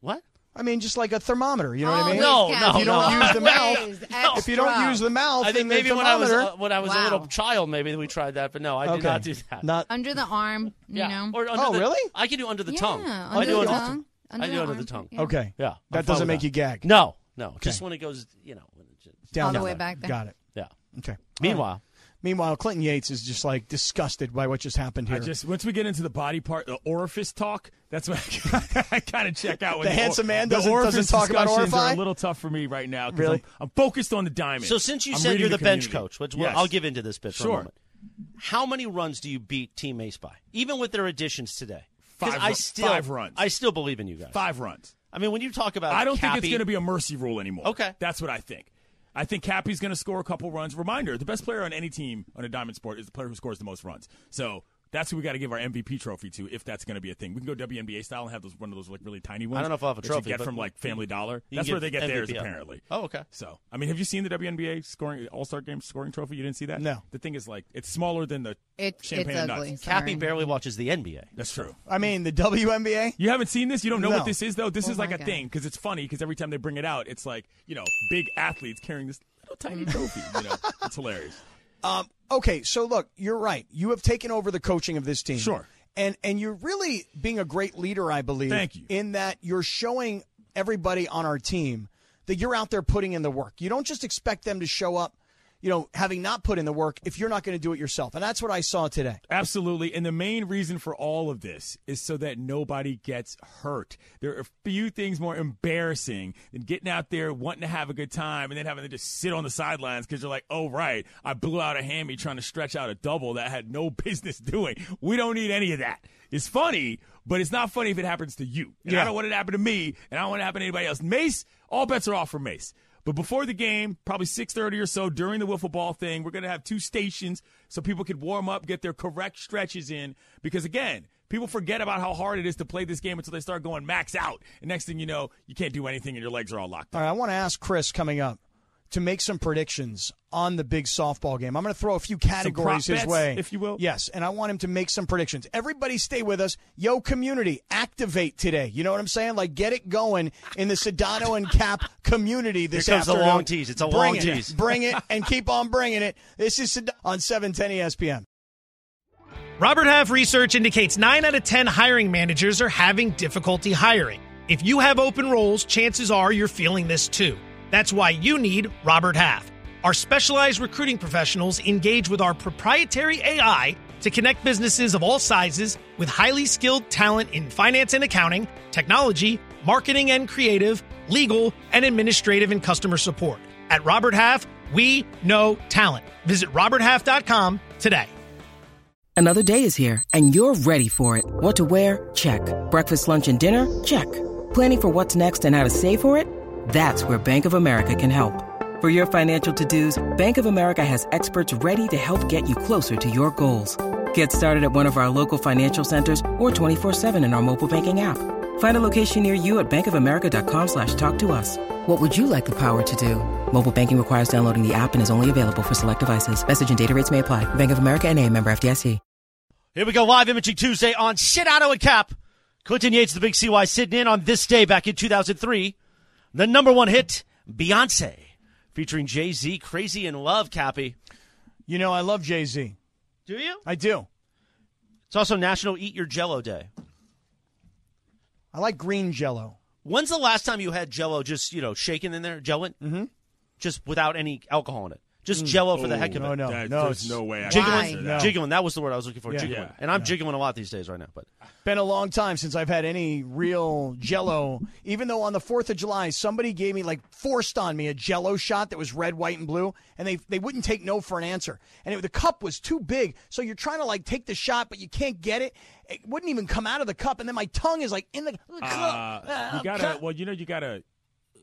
What?
I mean, just like a thermometer. You know what I
Always
mean?
No,
count.
no,
If you don't
no.
use the mouth,
Always extra.
if you don't use the mouth,
I think
then the
maybe when I was
thermometer-
uh, when I was a
Wow.
little child, maybe we tried that, but no, I did
Okay.
not do that.
Not
under the arm, you
yeah.
know.
Or under
Oh,
the-
really?
I can do under the
yeah,
tongue.
Under
I do
the
under
tongue.
I do under the
arm,
tongue.
yeah.
okay.
Yeah, I'm fine
that doesn't
with
make
that.
you gag.
No, no, just when it goes, you know. When it just,
down
All the
that
way
way.
back there.
Got it.
yeah.
Okay.
Meanwhile,
Meanwhile, Clinton Yates is just like disgusted by what just happened here.
I just once we get into the body part, the orifice talk. That's what I, kind of check out. When
The handsome man
the
doesn't-
orifice
doesn't talk about
discussions Are
orifi?
a little tough for me right now. 'cause
Really?
I'm, I'm focused on the diamond.
so since you
I'm
said
reading
you're the, bench
community.
coach, which
Yes.
I'll give into this bit for
Sure.
a moment. How many runs do you beat Team Ace by, even with their additions today? 'Cause
Five
I
ru-
still,
five runs.
I still believe in you guys.
five runs.
I mean, when you talk about,
I don't think
Cappy-
it's going to be a mercy rule anymore.
Okay.
that's what I think. I think Cappy's going to score a couple runs. Reminder: the best player on any team on a diamond sport is the player who scores the most runs. So. That's who we got to give our MVP trophy to, if that's going to be a thing. We can go WNBA style and have those one of those like really tiny ones.
I don't know if I'll have a
that you
trophy,
get
but
from like Family Dollar.
you
That's
can
where they
get
get theirs
MVP.
apparently.
Oh, okay.
So I mean, have you seen the WNBA scoring All Star Game scoring trophy? You didn't see that?
No.
The thing is like it's smaller than the
It-
champagne
it's
of
ugly.
nuts.
Sorry. Cappy
barely watches the NBA.
That's true.
I mean, the WNBA.
You haven't seen this? You don't know
No.
what this is, though? This
Oh
is like
my
a
God.
thing because it's funny because every time they bring it out, it's like, you know, big athletes carrying this little tiny trophy. You know, it's hilarious.
Um, okay, so look, you're right. You have taken over the coaching of this team.
Sure.
And and you're really being a great leader, I believe.
Thank you.
In that you're showing everybody on our team that you're out there putting in the work. You don't just expect them to show up, you know, having not put in the work if you're not going to do it yourself. And that's what I saw today.
Absolutely. And the main reason for all of this is so that nobody gets hurt. There are few things more embarrassing than getting out there, wanting to have a good time, and then having to just sit on the sidelines because you're like, oh, right, I blew out a hammy trying to stretch out a double that I had no business doing. We don't need any of that. It's funny, but it's not funny if it happens to you. And I don't want it to happen to me, and I don't want it to happen to anybody else. Mace, all bets are off for Mace. But before the game, probably 6:30 or so during the wiffle ball thing, we're going to have two stations so people could warm up, get their correct stretches in because again, people forget about how hard it is to play this game until they start going max out. And next thing you know, you can't do anything and your legs are all locked up.
All right, I want to ask Chris coming up to make some predictions on the big softball game. I'm going to throw a few categories his
bets,
way,
if you will.
Yes, and I want him to make some predictions. Everybody, stay with us. Yo, community, activate today. You know what I'm saying? Like, get it going in the Sedano and Cap community this
Here comes the
afternoon.
long tease. It's a
Bring
long
it.
tease.
Bring it and keep on bringing it. This is Sed- on E 710 ESPN.
Robert Half research indicates 9 out of 10 hiring managers are having difficulty hiring. If you have open roles, chances are you're feeling this too. That's why you need Robert Half. Our specialized recruiting professionals engage with our proprietary AI to connect businesses of all sizes with highly skilled talent in finance and accounting, technology, marketing and creative, legal, and administrative and customer support. At Robert Half, we know talent. Visit roberthalf.com today.
Another day is here, and you're ready for it. What to wear? Check. Breakfast, lunch, and dinner? Check. Planning for what's next and how to save for it? That's where Bank of America can help. For your financial to-dos, Bank of America has experts ready to help get you closer to your goals. Get started at one of our local financial centers or 24-7 in our mobile banking app. Find a location near you at bankofamerica.com slash talk to us. What would you like the power to do? Mobile banking requires downloading the app and is only available for select devices. Message and data rates may apply. Bank of America and a member FDIC.
Here we go, live imaging Tuesday on Shit Out of a Cap. Clinton Yates, the big CY, sitting in on this day back in 2003. The number one hit, Beyonce, featuring Jay Z, Crazy in Love, Cappy.
You know, I love Jay Z.
Do you?
I do.
It's also National Eat Your Jello Day.
I like green Jello.
When's the last time you had Jello just you know shaken in there, gelling, mm-hmm. just without any alcohol in it, just
Mm.
Jello for the
Oh,
heck of
no,
it?
no, That- no, there's it's- no way I can
Jiggling,
answer that.
jiggling. That was the word I was looking for.
Yeah.
jiggling,
Yeah.
and I'm jiggling a lot these days right now. But
Been a long time since I've had any real Jello. Even though on the Fourth of July, somebody gave me like forced on me a Jello shot that was red, white, and blue, and they they wouldn't take no for an answer. And it, the cup was too big, so you're trying to like take the shot, but you can't get it. It wouldn't even come out of the cup, and then my tongue is like in the.
Uh, you gotta. Well, you know, you gotta.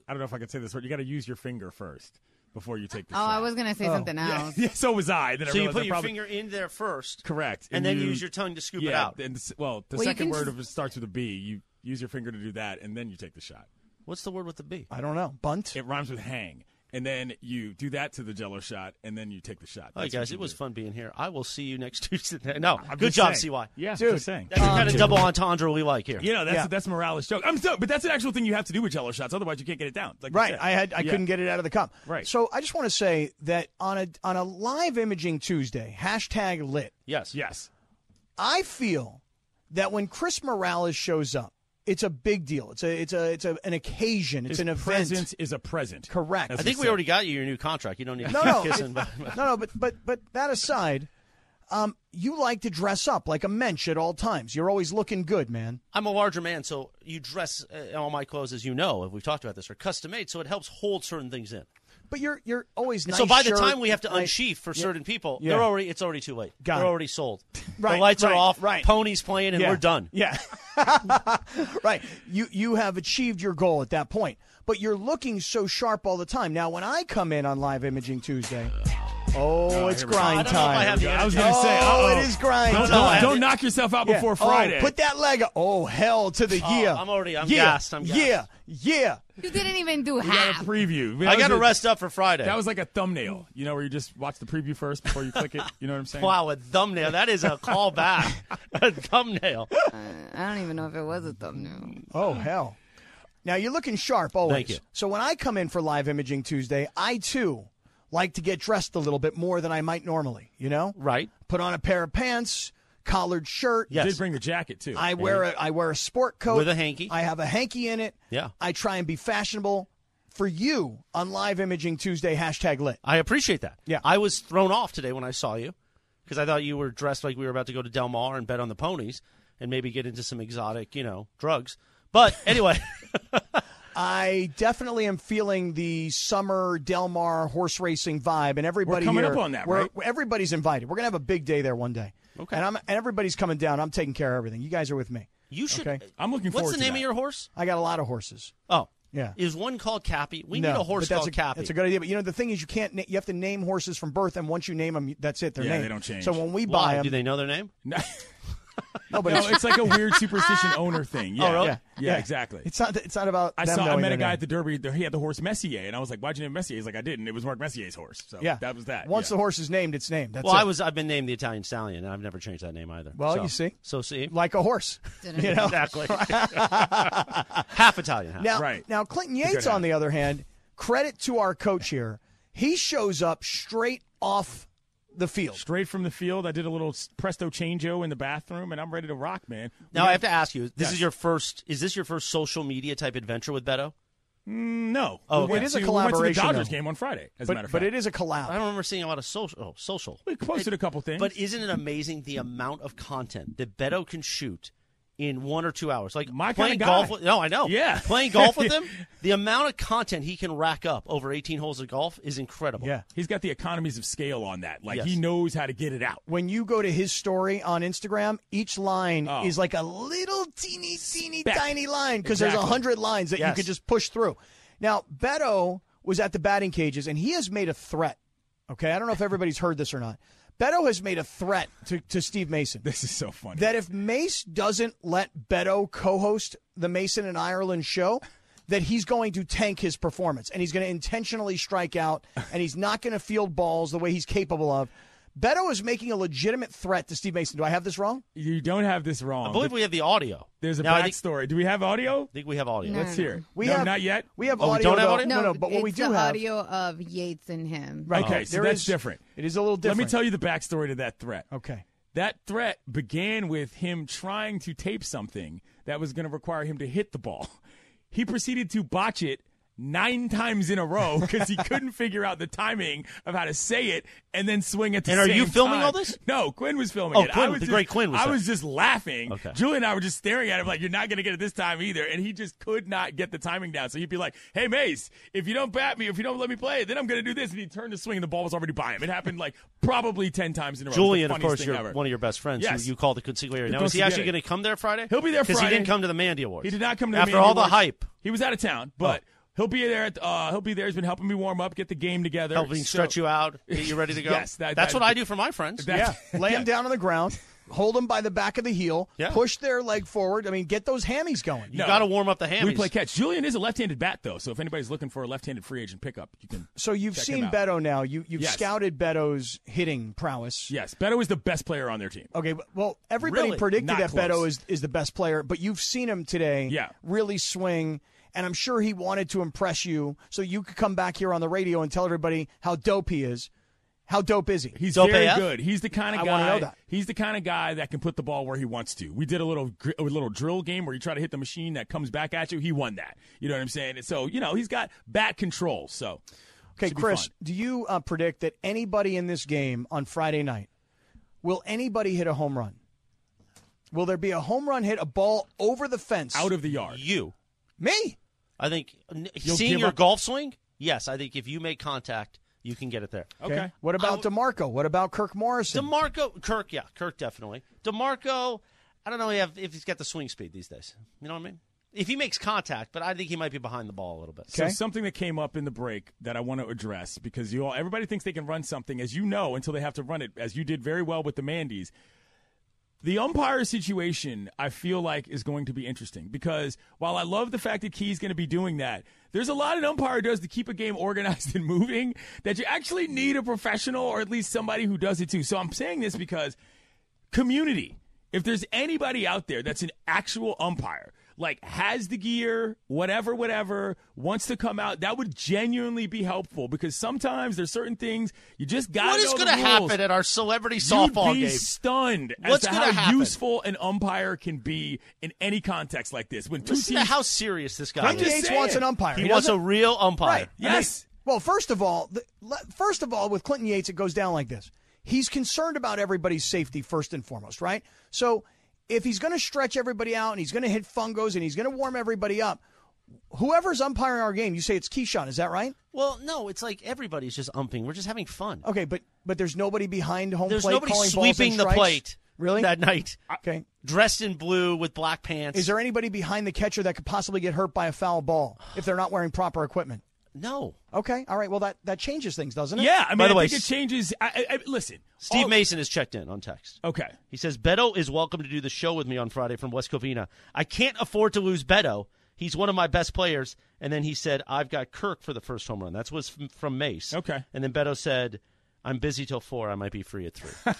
I don't know if I can say this word. You gotta use your finger first before you take the
Oh,
shot.
I was gonna say something
Yeah,
else.
Yeah, so was I. Then I
so you
realized
put
I
your
probably-
finger in there first,
Correct,
and, then use your tongue to scoop it
yeah,
out.
And s- well, the
Well, you
second
can
word
just-
of it starts with a B. You use your finger to do that, and then you take the shot.
What's the word with the B?
I don't know. Bunt.
It rhymes with hang, and then you do that to the Jello shot, and then you take the shot.
All right,
That's what
guys,
you
it was
do.
fun being here. I will see you next Tuesday. No,
I'm
good
just
job,
saying.
CY.
Yeah,
Dude,
just saying.
That's the
Um,
kind of double entendre we like here.
You know, that's that's Morales' joke. I'm so, but that's an actual thing you have to do with Jello shots. Otherwise, you can't get it down. Like you
Right,
said.
I had I
Yeah.
couldn't get it out of the cup.
Right.
So I just want to say that on a on a live imaging Tuesday hashtag lit.
Yes.
Yes.
I feel that when Chris Morales shows up, it's a big deal. It's a it's a it's a, an occasion. It's
His
an event.
presence is a present.
Correct.
I think we already got you your new contract. You don't need to
No,
keep
no,
kissing.
it-
But,
no, no. But but but that aside, um, you like to dress up like a mensch at all times. You're always looking good, man.
I'm a larger man, so you dress uh, all my clothes, as you know, if we've talked about this, are custom made, so it helps hold certain things in.
But you're you're always
And
nice.
so by the
shirt,
time we have to
nice-
unsheath for
Yeah.
certain people,
Yeah.
they're already it's already too late.
Got
they're
it.
already sold.
Right,
the lights
right,
are off.
right.
Ponies playing, and
Yeah.
we're done.
Yeah, right. You you have achieved your goal at that point. but you're looking so sharp all the time. Now, when I come in on Live Imaging Tuesday, oh,
Oh,
it's
here we go. I
grind
don't know if I
time.
have the energy. I was
oh,
gonna say, uh-oh.
it is grind
Don't- don't-
time.
don't knock yourself out before
Oh,
Friday.
put that leg. up. Oh, hell to the
Oh,
yeah.
I'm already- I'm
yeah,
gassed, I'm gassed.
Yeah, yeah.
You didn't even do
We got
half.
a preview.
I
That
gotta
was a-
rest up for Friday.
That was like a thumbnail, you know, where you just watch the preview first before you click it. You know what I'm saying?
Wow, a thumbnail. That is a callback. a thumbnail.
I don't even know if it was a thumbnail.
Oh hell! Now you're looking sharp always.
Thank you.
So when I come in for live imaging Tuesday, I too like to get dressed a little bit more than I might normally. You know,
right?
Put on a pair of pants, collared shirt.
You did bring the jacket too.
I wear a I wear a sport coat
With a hanky.
I have a hanky in it.
Yeah.
I try and be fashionable. For you on live imaging Tuesday hashtag lit.
I appreciate that. Yeah. I was thrown off today when I saw you because I thought you were dressed like we were about to go to Del Mar and bet on the ponies and maybe get into some exotic, you know, drugs. But anyway,
I definitely am feeling the summer Del Mar horse racing vibe, and everybody
coming
here-
up on that,
we're-
right?
Everybody's invited. We're gonna have a big day there one day. Okay, and I'm and everybody's coming down. I'm taking care of everything. You guys are with me.
you should.
Okay?
I'm looking
What's the name of your horse?
I got a lot of horses.
Oh,
Yeah.
Is one called Cappy? We
No,
need a horse
but that's
called
a,
Cappy.
That's a good idea. But you know the thing is, you can't. na- You have to name horses from birth, and once you name them, that's it. They're
Yeah,
named.
they don't change.
So when we
Why?
buy them,
Do they know their name?
No, but
No, it's like a weird superstition owner thing. Yeah,
Oh, really?
yeah,
Yeah.
exactly.
It's not. It's not about.
I
them
saw. I
knowing
met a
their
guy
name.
at the Derby. there- He had the horse Messier, and I was like, "Why'd you name Messier?" He's like, "I didn't. It was Mark Messier's horse." So
yeah,
that was that.
Once
yeah.
the horse is named, it's named. That's
well,
it.
I was. I've been named the Italian Stallion, and I've never changed that name either.
Well,
So-
you see.
So see,
like a horse. You know?
exactly. half Italian, half.
Now, now Clinton
It's a
Yates,
good
on the other hand, credit to our coach here. He shows up straight off the field.
Straight from the field, I did a little s- presto changeo in the bathroom, and I'm ready to rock, man. We
Now
got-
I have to ask you: This
Yes.
is your first? Is this your first social media type adventure with Beto?
Mm, no.
Oh,
We
okay.
went to- We went to the Dodgers game on Friday, as
But-
a matter of
but
fact.
it is
a collab.
I don't remember seeing a lot of social. Oh, social.
We posted a couple things.
But isn't it amazing the amount of content that Beto can shoot in one or two hours? Like
My
playing
kinda
golf.
guy.
With, no, I know.
Yeah.
playing golf with him. The amount of content he can rack up over 18 holes of golf is incredible.
Yeah.
He's got the economies of scale on that. Like,
Yes.
he knows how to get it out.
When you go to his story on Instagram, each line
Oh.
is like a little teeny, teeny,
Speck.
tiny line because there's a
Exactly.
hundred lines that you
Yes.
could just push through. Now, Beto was at the batting cages and he has made a threat. Okay, I don't know if everybody's heard this or not. Beto has made a threat to, to Steve Mason.
This is so funny.
That if Mace doesn't let Beto co host the Mason and Ireland show, that he's going to tank his performance and he's going to intentionally strike out and he's not going to field balls the way he's capable of. Beto is making a legitimate threat to Steve Mason. Do I have this wrong?
You don't have this wrong.
I believe we have the audio.
There's a
Now, I think-
backstory. Do we have audio? I
think we have audio.
Let's hear. it.
We
no,
have-
not yet.
we have
Oh,
audio,
We don't have
though.
audio.
No, no, but what we
it's
do
the
have-
audio of Yates and him.
Right.
Okay,
Oh,
so
there
that's
is-
different.
It is a little
Let
different.
me tell you the backstory to that threat.
Okay.
That threat began with him trying to tape something that was going to require him to hit the ball. He proceeded to botch it nine times in a row because he couldn't figure out the timing of how to say it and then swing at the
And are you
same
filming
time.
all this?
No, Quinn was filming
Oh,
it. I
Quinn,
was
the
just,
great Quinn was
I
there.
was just laughing.
Okay.
Julie and I were just staring at him like, "You're not going to get it this time either." And he just could not get the timing down. So he'd be like, "Hey Mace, if you don't bat me, if you don't let me play, then I'm going to do this." And he turned to swing, and the ball was already by him. It happened like probably ten times in a row. It was the
Julian, of
funniest
course,
thing
you're
ever.
one of your best friends.
Yes.
You, you called the consigliere.
The
Now, is he actually
consigliere.
going to come there Friday?
He'll be there
because he
Friday.
didn't come to the Mandy Awards.
He did not come to the
after
Mandy
all the
Awards.
hype. Oh.
He was out of town, but he'll be there. At, uh, he'll be there. He's been helping me warm up, get the game together,
Helping stretch you out, get you ready to go.
yes, that-
that's
that-
what I do for my friends.
Yeah. Lay them down on the ground, hold them by the back of the heel,
Yeah.
push their leg forward. I mean, get those hammies going.
You got to warm up the hammies.
We play catch. Julian is a left-handed bat, though, so if anybody's looking for a left-handed free agent pickup, you can.
So you've
check
seen
him out.
Beto now. You you've
Yes.
scouted Beto's hitting prowess.
Yes, Beto is the best player on their team.
Okay, but- well, everybody
Really?
predicted
Not
that Beto
close.
is, is the best player, but you've seen him today
Yeah.
really swing, and I'm sure he wanted to impress you so you could come back here on the radio and tell everybody how dope he is. How dope is he?
He's very good. He's the kind of
I
guy.
wanna know that.
He's the kind of guy that can put the ball where he wants to. We did a little gr- a little drill game where you try to hit the machine that comes back at you. He won that. You know what I'm saying? And so you know he's got bat control. So
Okay,
should be
Chris,
fun.
do you uh, predict that anybody in this game on Friday night will anybody hit a home run? Will there be a home run hit a ball over the fence?
out of the yard.
You.
Me?
I think n-
You'll
seeing
give
your
up-
golf swing, yes, I think if you make contact, you can get it there.
What about DeMarco? What about Kirk Morrison?
DeMarco, Kirk, yeah, Kirk definitely. DeMarco, I don't know if, if he's got the swing speed these days. You know what I mean? If he makes contact, but I think he might be behind the ball a little bit.
So something that came up in the break that I want to address because you all everybody thinks they can run something as you know until they have to run it as you did very well with the Mandy's. The umpire situation, I feel like, is going to be interesting because while I love the fact that Key's going to be doing that, there's a lot an umpire does to keep a game organized and moving that you actually need a professional or at least somebody who does it too. So I'm saying this because community. If there's anybody out there that's an actual umpire, like has the gear, whatever, whatever, wants to come out, that would genuinely be helpful because sometimes there's certain things you just got.
What is
going
gonna
to
happen at our celebrity softball
You'd be
game?
Stunned as
What's
to
gonna
how
happen?
useful an umpire can be in any context like this. When two
Listen to
teams,
how serious this guy
I'm
is.
just Gates saying.
wants an umpire.
He,
He
wants a
doesn't-
real umpire.
Right. I mean, well, first of all, the, le- first of all, with Clinton Yates, it goes down like this. He's concerned about everybody's safety first and foremost, right? So if he's going to stretch everybody out and he's going to hit fungos and he's going to warm everybody up, whoever's umpiring our game, you say it's Keyshawn, is that right?
Well, no, it's like everybody's just umping. We're just having fun.
Okay, but but there's nobody behind home
There's
plate
nobody
calling balls and
sweeping the
strikes?
plate.
Really?
That night.
Okay.
Dressed in blue with black pants.
Is there anybody behind the catcher that could possibly get hurt by a foul ball if they're not wearing proper equipment? Oh.
No.
Okay. All right. Well, that, that changes things, doesn't it?
yeah, I mean,
By the
I
way,
think it changes. I, I, I- listen,
Steve
all-
Mason has checked in on text.
Okay.
He says Beto is welcome to do the show with me on Friday from West Covina. I can't afford to lose Beto. He's one of my best players. And then he said, I've got Kirk for the first home run. That's what's f- from Mace. Okay. And then Beto said, I'm busy till four. I might be free at three.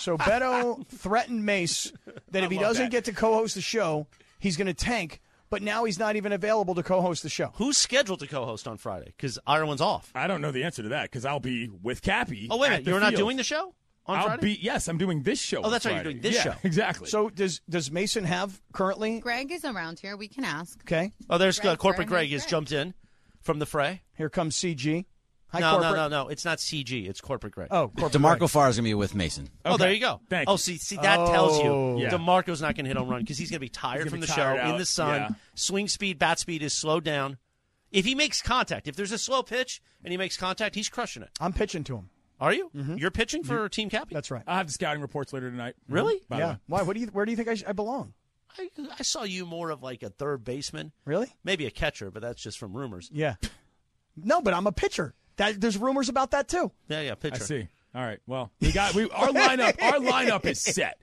So Beto threatened Mace that if he
love
doesn't
that.
get to co-host the show, he's going to tank. But now he's not even available to co-host the show.
Who's scheduled to co host on Friday? Because Ireland's off.
I don't know the answer to that because I'll be with Cappy.
Oh, wait a
at
minute.
the
You're not
field.
doing the show on
I'll
Friday?
Be, yes, I'm doing this show.
Oh, that's
on
right, you're
Friday.
doing this
Yeah,
show.
Exactly.
So does does Mason have currently?
Greg is around here. We can ask.
Okay.
Oh, there's uh,
Greg
Corporate
Greg
Greg,
is
has
Greg.
jumped in from the fray.
Here comes CG. Hi,
no,
corporate.
no, no, no. It's not CG. It's Corporate Greg.
Oh, corporate
DeMarco Farr is going to be with Mason.
Oh, there you go.
Thank
oh,
you.
see, see, that tells you
Oh. Yeah.
Demarco's not going to hit home run because he's going to be tired
gonna
from
be
the show
tired
in
out,
the sun.
yeah.
Swing speed, bat speed is slowed down. If he makes contact, if there's a slow pitch and he makes contact, he's crushing it.
I'm pitching to him.
Are you? You're pitching for Team Cappy.
That's right.
I'll have the scouting reports later tonight.
Mm-hmm. Really?
By the
yeah.
way.
Why? What do you? Where do you think I, sh- I belong?
I, I saw you more of like a third baseman,
Really?
maybe a catcher, but that's just from rumors.
Yeah. No, but I'm a pitcher. That, there's rumors about that too.
Yeah, yeah, pitcher.
I see. All right. Well, we got we our lineup. Our lineup is set.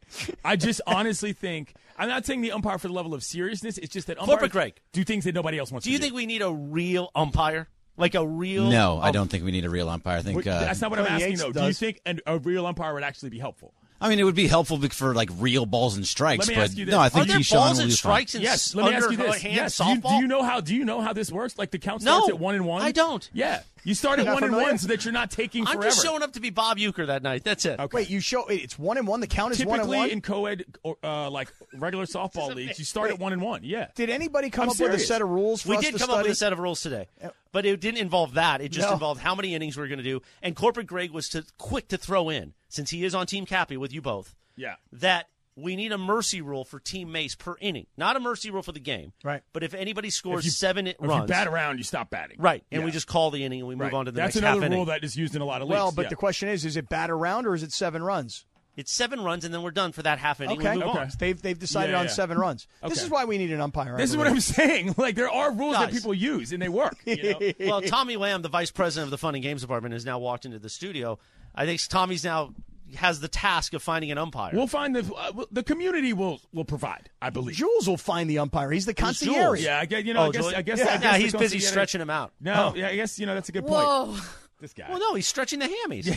I just honestly think I'm not saying the umpire for the level of seriousness. It's just that umpires
Corporate Greg.
do things that nobody else wants
Do
to
you think we need a real umpire, like a real?
No, I
ump-
don't think we need a real umpire. I think uh,
That's not what I'm
Cody
asking.
Yates
though. Do you
does.
think an, a real umpire would actually be helpful?
I mean, it would be helpful bec- for like real balls and
Let
strikes.
me
but
ask you this.
no, I think
Are there
Keyshawn
balls
will
and
be
strikes
fine.
and
Yes. Let me ask you this.
underhand
Yes. Do you,
softball?
do you know how? Do you know how this works? Like the count
No,
starts at one and one.
I don't.
Yeah. You start at
Not
one and
familiar?
one so that you're not taking
I'm
forever.
just showing up to be Bob Euchre that night. That's it.
Wait, you show it's one and one. The count is one and
Typically
one.
in co-ed or uh, like regular softball leagues, you start at one and one. Yeah.
Did anybody come
I'm
up with a
serious.
set of rules for
We
us
did
to
come up with
study?
a set of rules today, but it didn't involve that. It just
No.
involved how many innings we are going to do. And corporate Greg was to, quick to throw in, since he is on Team Cappy with you both,
Yeah.
that we need a mercy rule for Team Mace per inning, not a mercy rule for the game.
Right.
But if anybody scores
you-
seven it
If
runs,
you bat around, you stop batting.
right, and
Yeah.
we just call the inning and we move
Right.
on to the
That's
next
another
half
rule
inning.
that is used in a lot of leagues.
Well, but
yeah.
the question is: Is it bat around or is it seven runs?
It's seven runs, and then we're done for that half inning.
Okay.
We move
Okay.
on.
They've they've decided
Yeah,
on
yeah.
seven runs. This
Okay.
is why we need an umpire. I
This is what
believe.
I'm saying. Like there are rules that
Guys.
people use and they work. You know?
well, Tommy Lamb, the vice president of the Fun and Games Department, has now walked into the studio. I think Tommy's now has the task of finding an umpire.
we'll find the uh, the community will will provide. I believe.
Jules will find the umpire. He's the
Who's Jules?
concierge.
Yeah, I guess you know. I
Oh,
guess
Julie-
I guess.
yeah,
I guess
he's
the
busy
concierge-
stretching him out. Oh.
No, yeah, I guess you know that's a good point.
Whoa.
This guy.
Well, no, he's stretching the hammies.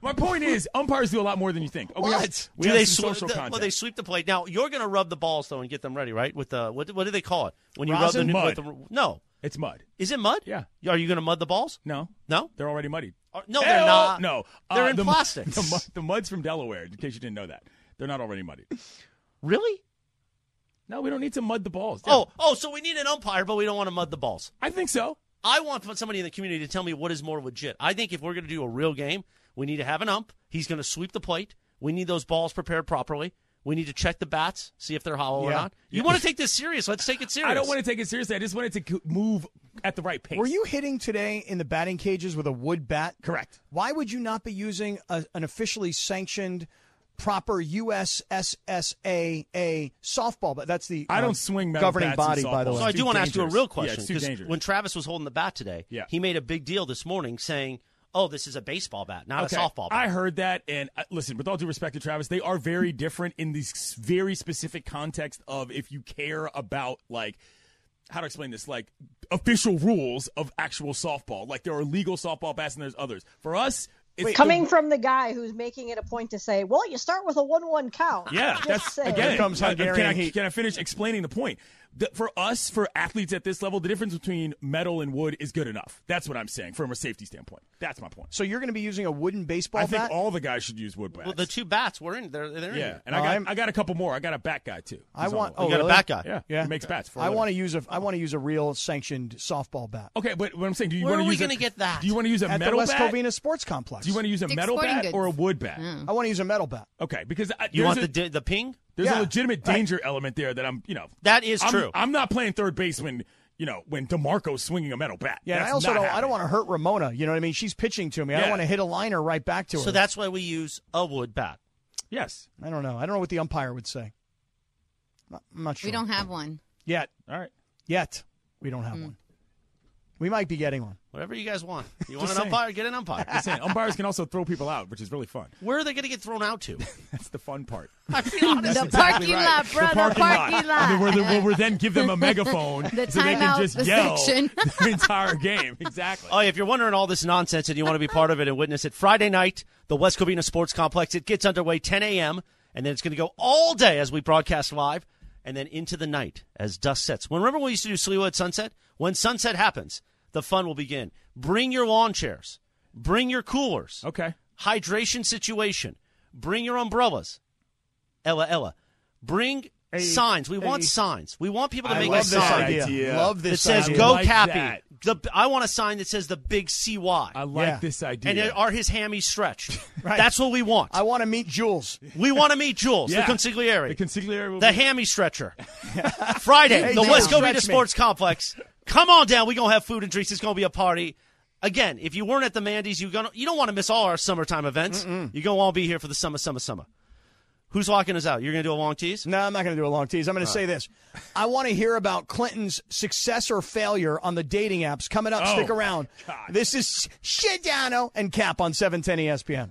My point is, umpires do a lot more than you think. Oh, we have-
What?
we
do
have
they
some
sw-
social
the-
content.
Well, they sweep the plate. Now you're going to rub the balls though and get them ready, right? With the what? What do they call it when you
Rosin?
rub
Mud.
the with the no?
it's mud.
Is it mud?
Yeah.
Are you going to mud the balls?
No,
No.
they're already muddied.
Are- no, they're
Hell
not.
No, Uh,
They're in
the, mu-
plastic.
The, mud, the mud's from Delaware. In case you didn't know that, they're not already muddied.
Really?
No, we don't need to mud the balls. Yeah.
Oh, oh. So we need an umpire, but we don't want to mud the balls.
I think so.
I want somebody in the community to tell me what is more legit. I think if we're going to do a real game, we need to have an ump. He's going to sweep the plate. We need those balls prepared properly. We need to check the bats, see if they're hollow or
Yeah.
not. You want to take this serious? Let's take it serious.
I don't want to take it seriously. I just wanted to c- move at the right pace.
Were you hitting today in the batting cages with a wood bat?
Correct.
Why would you not be using a, an officially sanctioned proper USSSAA softball. But that's the
I
uh,
don't swing metal
governing
bats in
body, by the
softball.
way.
So
So I do want to ask you a
dangerous.
real
Yeah,
question.
it's too
'cause
dangerous.
when Travis was holding the bat today,
Yeah.
he made a big deal this morning saying, "Oh, this is a baseball bat, not
Okay.
a softball bat."
I heard that, and uh, listen, with all due respect to Travis, they are very different in the s- very specific context of if you care about like. How to explain this? Like official rules of actual softball. Like there are legal softball bats and there's others. For us, it's
Coming
the-
from the guy who's making it a point to say, well, you start with a 1 1 count.
Yeah,
Just
that's
saying.
again.
Here comes
uh,
Hungarian
can, I,
heat.
can I finish explaining the point? The- for us, for athletes at this level, the difference between metal and wood is good enough. That's what I'm saying from a safety standpoint. That's my point.
So you're going to be using a wooden baseball
I think
bat?
all the guys should use wood bats.
well, the two bats were in there. They're in
yeah,
there.
and I
Oh,
got
I'm-
I got a couple more. I got a bat guy too.
I
He's
want.
on the list.
Oh,
got a
really?
bat guy.
Yeah,
Yeah.
he makes bats. For
I want to use a. I want to use a real sanctioned softball bat.
Okay, but what I'm saying, do you
Where
want
are
to
we
use?
gonna
a,
get that?
Do you want to use a
At the
metal
West
bat?
Covina Sports Complex.
Do you want to use a
Dick's
metal
Sporting
bat
Goods.
or a wood bat?
I want to use a metal bat.
Okay, because I,
You
there's
want
a,
the di- the ping?
there's
Yeah.
a legitimate danger element there that I'm you know
That is
I'm-
true.
I'm not playing third base when you know when Demarco's swinging a metal bat.
Yeah, and
That's
I also
not
don't. I
happening.
don't want to hurt Ramona. You know what I mean? She's pitching to me. I don't
Yeah.
want to hit a liner right back to her.
So that's why we use a wood bat.
Yes.
I don't know. I don't know what the umpire would say. I'm not sure.
We don't have one. Hmm.
yet.
All right.
Yet we don't have one. We might be getting one.
Whatever you guys want. You want
Just
an
saying.
umpire? Get an umpire.
Just saying, umpires can also throw people out, which is really fun.
Where are they going to get thrown out to?
That's the fun part.
I feel honest.
the
exactly
parking
right.
lot,
The
brother.
parking lot. I mean, where they- where
lot.
we'll then give them a megaphone
The
so they
timeout,
can just
the
yell
section.
the entire game. Exactly.
Oh, if you're wondering all this nonsense and you want to be part of it and witness it, Friday night, the West Covina Sports Complex. It gets underway 10 a.m. and then it's going to go all day as we broadcast live, and then into the night as dusk sets. Well, remember when we used to do Sliwa at sunset? When sunset happens, the fun will begin. Bring your lawn chairs. Bring your coolers.
Okay.
Hydration situation. Bring your umbrellas. Ella, Ella. Bring signs. We want signs. We want people to
I
make
love
a
this
sign
idea. Love
that
this
says
idea.
"Go
like
Cappy."
that.
The I want a sign that says the big CY.
I like
Yeah.
this idea.
and it- are his hammies stretched? That's what we want.
I want to meet Jules.
we want to meet Jules,
Yeah.
the consigliere,
the
the,
consigliere will be-
hammy stretcher. Friday,
Hey,
the
Jules,
West
stretch
Covina
me.
Sports Complex. Come on down. We're gonna have food and drinks. It's gonna be a party. Again, if you weren't at the Mandy's, you gonna you don't want to miss all our summertime events. You're gonna all be here for the summer, summer, summer. Who's locking us out? You're gonna do a long tease?
No, I'm not going to do a long tease. I'm going to say this. I want to hear about Clinton's success or failure on the dating apps coming up.
Oh,
Stick around.
God.
This is Shadano and Cap on E 710 ESPN.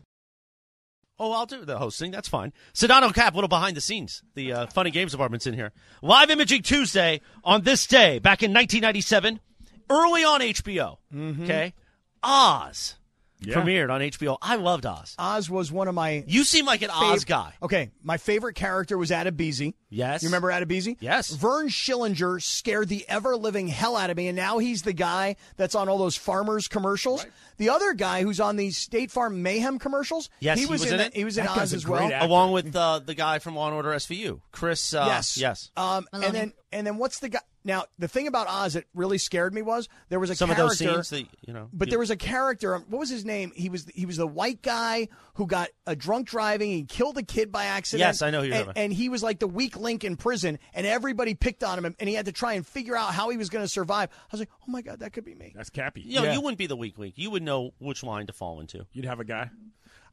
Oh, I'll do the hosting. That's fine. Sedano Cap, little behind the scenes. The uh, Fun and Games Department's in here. Live Imaging Tuesday on this day, back in 1997, early on HBO.
Mm-hmm.
Okay. Oz
Yeah.
premiered on HBO. I loved Oz.
Oz was one of my
You seem like an Oz guy.
Okay, my favorite character was Adibisi.
Yes.
You remember Adibisi?
Yes.
Vern Schillinger scared the ever living hell out of me, and now he's the guy that's on all those farmers commercials. The other guy who's on the State Farm Mayhem commercials.
Yes, he
was,
was in
the-
it.
He was in
That guy's
Oz
a
as well.
great actor.
Along with uh, the guy from Law and Order SVU, Chris. Uh,
yes.
Yes.
Um,
Maloney.
and then and then what's the guy? Now the thing about Oz that really scared me was there was a
Some of
character.
those scenes that, you know.
But
you-
there was a character. um, What was his name? He was he was the white guy who got a drunk driving. He killed a kid by accident.
Yes, I know who you're
and,
talking about.
and he was like the weak link in prison, and everybody picked on him, and he had to try and figure out how he was going to survive. I was like, oh my god, that could be me.
That's Cappy.
You know, you wouldn't be the weak link. You would know which line to fall into.
You'd have a guy.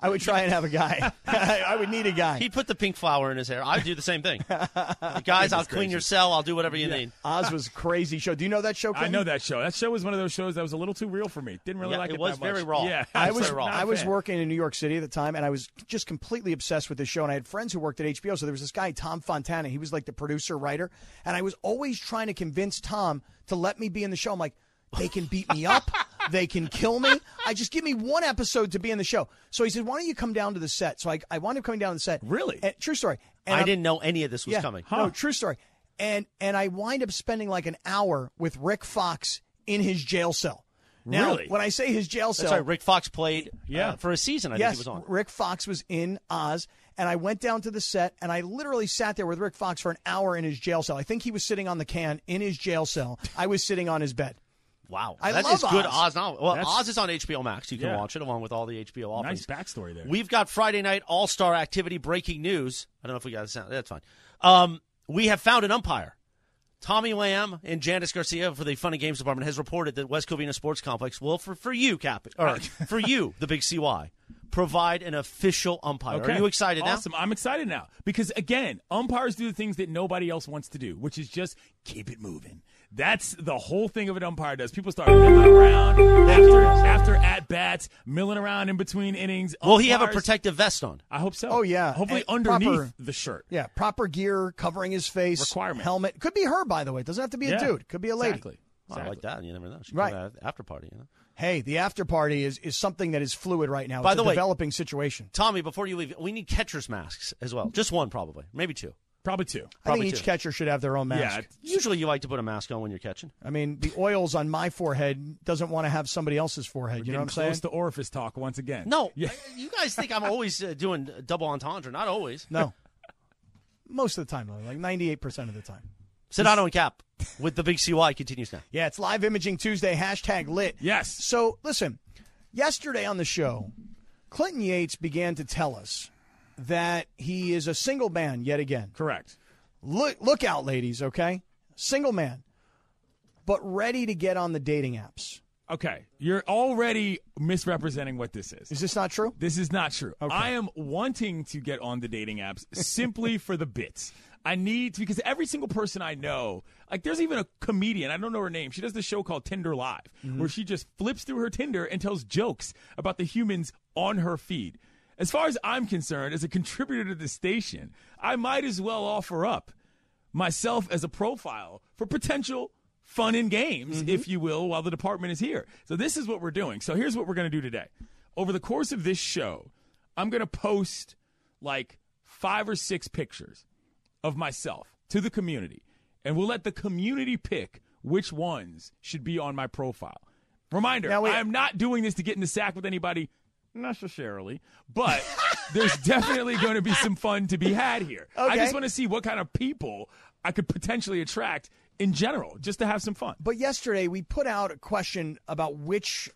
I would try and have a guy. I, I would need a guy.
He'd put the pink flower in his hair. I'd do the same thing. Guys, I'll clean your cell. I'll do whatever you need.
Oz was a crazy show. Do you know that show?
I
Clinton?
know that show. That show was one of those shows that was a little too real for me. Didn't really
Yeah,
like
it
it.
was
that much.
very raw.
Yeah,
I
I'm
was
sorry, Rob.
not
I
a
was
fan.
working in New York City at the time, and I was just completely obsessed with this show. And I had friends who worked at HBO, so there was this guy Tom Fontana. He was like the producer writer, and I was always trying to convince Tom to let me be in the show. I'm like, they can beat me up, they can kill me. I just give me one episode to be in the show. So he said, why don't you come down to the set? So I I wound up coming down to the set.
Really?
And- true story. And
I
I'm-
didn't know any of this was coming.
no, true story. And and I wind up spending like an hour with Rick Fox in his jail cell. Now,
Really?
when I say his jail cell,
That's right. Rick Fox played
Yeah.
uh, for a season. I
yes,
think he was on.
Rick Fox was in Oz, and I went down to the set, and I literally sat there with Rick Fox for an hour in his jail cell. I think he was sitting on the can in his jail cell. I was sitting on his bed.
Wow,
I
that
love
is good
Oz.
Oz. novel. Well,
That's-
Oz is on HBO Max. You can
Yeah.
watch it along with all the HBO offerings.
Nice backstory there.
We've got Friday night All Star activity breaking news. I don't know if we got a sound. That's fine. Um, we have found an umpire. Tommy Lamb and Janice Garcia for the Fun and Games uh, Department has reported that West Covina Sports Complex will, for, for you, Cap, or for you, the Big CY, provide an official umpire. Are you excited now?
Awesome. I'm excited now because again, umpires do the things that nobody else wants to do, which is just keep it moving. That's the whole thing of an umpire does. People start milling around after, after at bats, milling around in between innings.
Will he have a
Umpires-
protective vest on?
I hope so.
Oh yeah.
Hopefully
And
underneath
proper-
the shirt.
Yeah, proper gear covering his face.
Requirement.
Helmet. Could be her, by the way. It doesn't have to be a
Yeah.
dude. Could be a lady. Oh,
Exactly. Well, I like that. You never know. She
Right.
right. after party. You know?
Hey, the after party is, is something that is fluid right now.
By
it's
the
a
way-
developing situation.
Tommy, before you leave, we need catcher's masks as well. Just one, probably. Maybe two.
Probably two.
I think each catcher should have their own mask.
Yeah. Usually you like to put a mask on when you're catching.
I mean, the oils on my forehead doesn't want to have somebody else's forehead. You know what I'm
Getting
saying?
close to orifice talk once again.
No. You guys think I'm always uh, doing double entendre. Not always.
No. Most of the time, though, like 98% of the time.
Sedano and Cap with the big CY continues now.
Yeah, it's Live Imaging Tuesday, hashtag lit.
Yes.
So, listen, yesterday on the show, Clinton Yates began to tell us that he is a single man yet again.
Correct.
Look, look out, ladies, okay? Single man, but ready to get on the dating apps.
Okay, you're already misrepresenting what this is.
Is this not true?
This is not true. I am wanting to get on the dating apps simply for the bits. I need to because every single person I know, like there's even a comedian, I don't know her name. She does this show called Tinder Live where she just flips through her Tinder and tells jokes about the humans on her feed. As far as I'm concerned, as a contributor to the station, I might as well offer up myself as a profile for potential fun and games, if you will, while the department is here. So this is what we're doing. So here's what we're going to do today. Over the course of this show, I'm going to post like five or six pictures of myself to the community, and we'll let the community pick which ones should be on my profile. Reminder, I am not doing this to get in the sack with anybody necessarily, but there's definitely going to be some fun to be had here. I
Okay.
just want to see what kind of people I could potentially attract in general, just to have some fun.
But yesterday we put out a question about which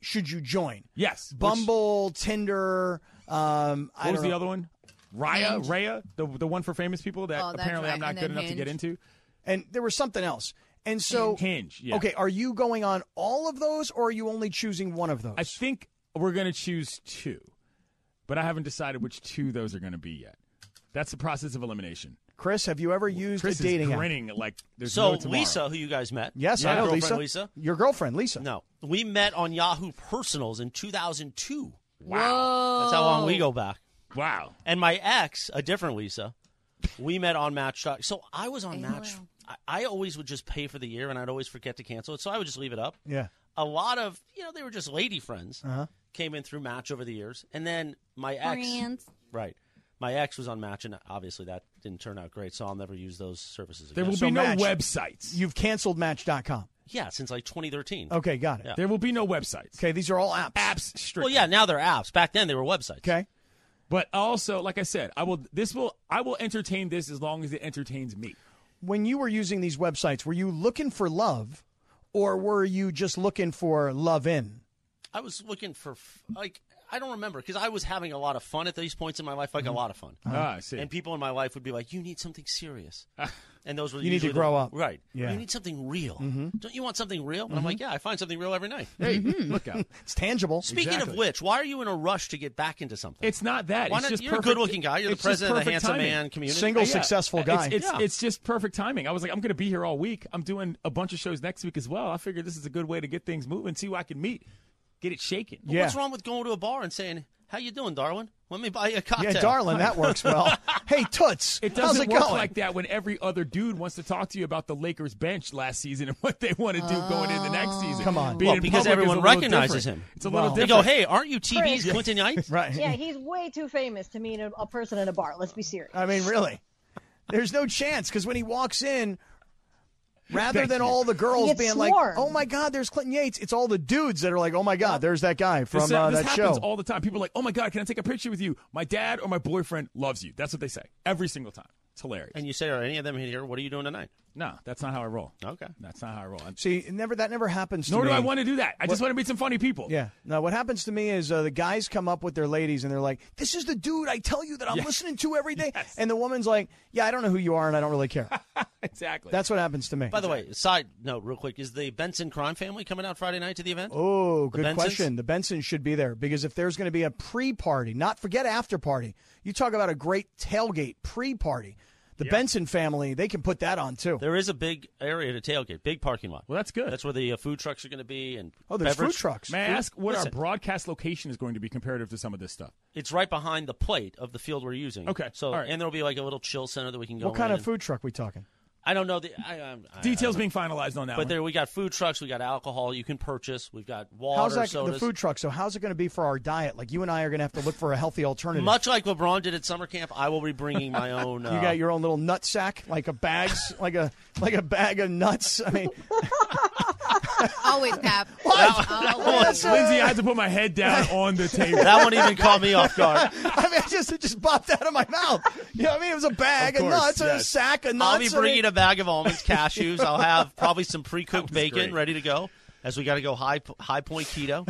should you join?
Yes. which-
Bumble, Tinder. Um, I
what was
don't
the
know.
other one? Raya,
Hinge.
Raya, the the one for famous people that
Oh, that's
apparently
right,
I'm not
and
good
then
enough to get
Hinge.
into.
And there was something else. And so
Hinge, yeah.
Okay, are you going on all of those, or are you only choosing one of those?
I think we're going to choose two, but I haven't decided which two those are going to be yet. That's the process of elimination.
Chris, have you ever used
Chris
a dating
is
app?
grinning like there's
so
no tomorrow.
Lisa, who you guys met?
Yes,
My
I know
girlfriend,
Lisa.
Lisa.
Your girlfriend, Lisa.
No, we met on Yahoo Personals in 2002.
Wow. Whoa.
that's how long we go back.
Wow.
And my ex, a different Lisa, we met on Match. So I was on Match. I, I always would just pay for the year, and I'd always forget to cancel it. So I would just leave it up.
Yeah.
A lot of you know they were just lady friends
Uh-huh.
came in through Match over the years, and then my ex,
Friends.
right. My ex was on Match, and obviously that didn't turn out great, so I'll never use those services again.
There will
So
be no
Match-
websites.
You've canceled Match.com.
Yeah, since like 2013.
Okay, got it.
Yeah.
There will be no websites.
Okay, these are all apps.
Apps strictly.
Well, yeah, now they're apps. Back then they were websites.
Okay.
But also, like I said, I will. This will. I will entertain this as long as it entertains me.
When you were using these websites, were you looking for love, or were you just looking for love in?
I was looking for f- like I don't remember because I was having a lot of fun at these points in my life,
Mm-hmm.
like a lot of fun.
Uh-huh.
Ah, I see. Ah.
And people in my life would be like, "You need something serious," and those were
You need to
usually the-
grow up.
right?
Yeah. Mm-hmm.
You need something real. Don't you want something real? And I'm like, "Yeah, I find something real every night."
Hey, look out!
It's tangible.
Speaking of which, why are you in a rush to get back into something?
It's not that.
Why
it's
not-
just
you're a
perfect-
good-looking guy. You're the
it's just
president of the
perfect
Handsome
timing.
Man community.
Single successful guy.
It's, it's,
Yeah.
it's just perfect timing. I was like, I'm going to be here all week. I'm doing a bunch of shows next week as well. I figured this is a good way to get things moving, see who I can meet, get it shaken.
But What's wrong with going to a bar and saying, "How you doing, Darwin? Let me buy you a cocktail."
yeah, darling, that works well. hey, Toots,
It
how's
doesn't
it
work
going?
like that when every other dude wants to talk to you about the Lakers bench last season and what they want to do going into next season.
Oh. Come on.
Being
Well,
in
because
public is
everyone
a little
recognizes
different.
him.
It's a little
Well,
They
different.
go, "Hey, aren't you TV's Quentin Yipes?"
right.
Yeah, he's way too famous to meet a, a person in a bar. Let's be serious.
I mean, really, there's no chance because when he walks in, rather than all the girls
He gets
being like,
swarmed.
"Oh my God, there's Clinton Yates," it's all the dudes that are like, "Oh my God, there's that guy from
this,
uh,
this
that
happens
show."
all the time. People are like, oh my God, can I take a picture with you? My dad or my boyfriend loves you. That's what they say every single time. It's hilarious.
And you say, "Are any of them here? What are you doing tonight?"
No, that's not how I roll.
Okay,
that's not how I roll. I'm-
See, it never that never happens.
Nor
to
do
me.
I want to do that. I just
What-
want to meet some funny people.
Yeah. No, what happens to me is uh, the guys come up with their ladies and they're like, "This is the dude I tell you that I'm
Yeah.
listening to every day," and the woman's like, "Yeah, I don't know who you are and I don't really care."
exactly.
That's what happens to me.
By the way, side note, real quick, is the Benson crime family coming out Friday night to the event?
Oh,
The
good
Bensons?
question. The Bensons should be there because if there's going to be a pre-party, not forget after party. You talk about a great tailgate pre-party. The Benson family, they can put that on too.
There is a big area to tailgate, big parking lot. Well,
that's good.
That's where the uh, food trucks are going to be, and
Oh,
beverage-
May I ask what
Listen,
our broadcast location is going to be comparative to some of this stuff?
It's right behind the plate of the field we're using.
Okay,
so
all right.
and there'll be like a little chill center that we can go.
What kind
in
of
and-
food truck we talking?
I don't know the I, um, I-
Details
I don't
being finalized on
know.
that.
But
one.
there, we got food trucks, we got alcohol you can purchase, we've got water,
how's that
sodas.
the food truck? So how's it going to be for our diet? Like you and I are going to have to look for a healthy alternative.
Much like LeBron did at summer camp, I will be bringing my own. Uh,
you got your own little nut sack, like a bags, like a like a bag of nuts. I mean,
Always, Cap.
What?
Always.
Lindsay, I had to put my head down on the table.
That one even caught me off guard.
I mean, I just it just popped out of my mouth. You know what I mean? It was a bag of,
course,
nuts and a
yes.
sack of nuts.
I'll be
I mean-
bringing a bag of almonds, cashews. I'll have probably some pre-cooked bacon ready to go. As we got to go high high point keto.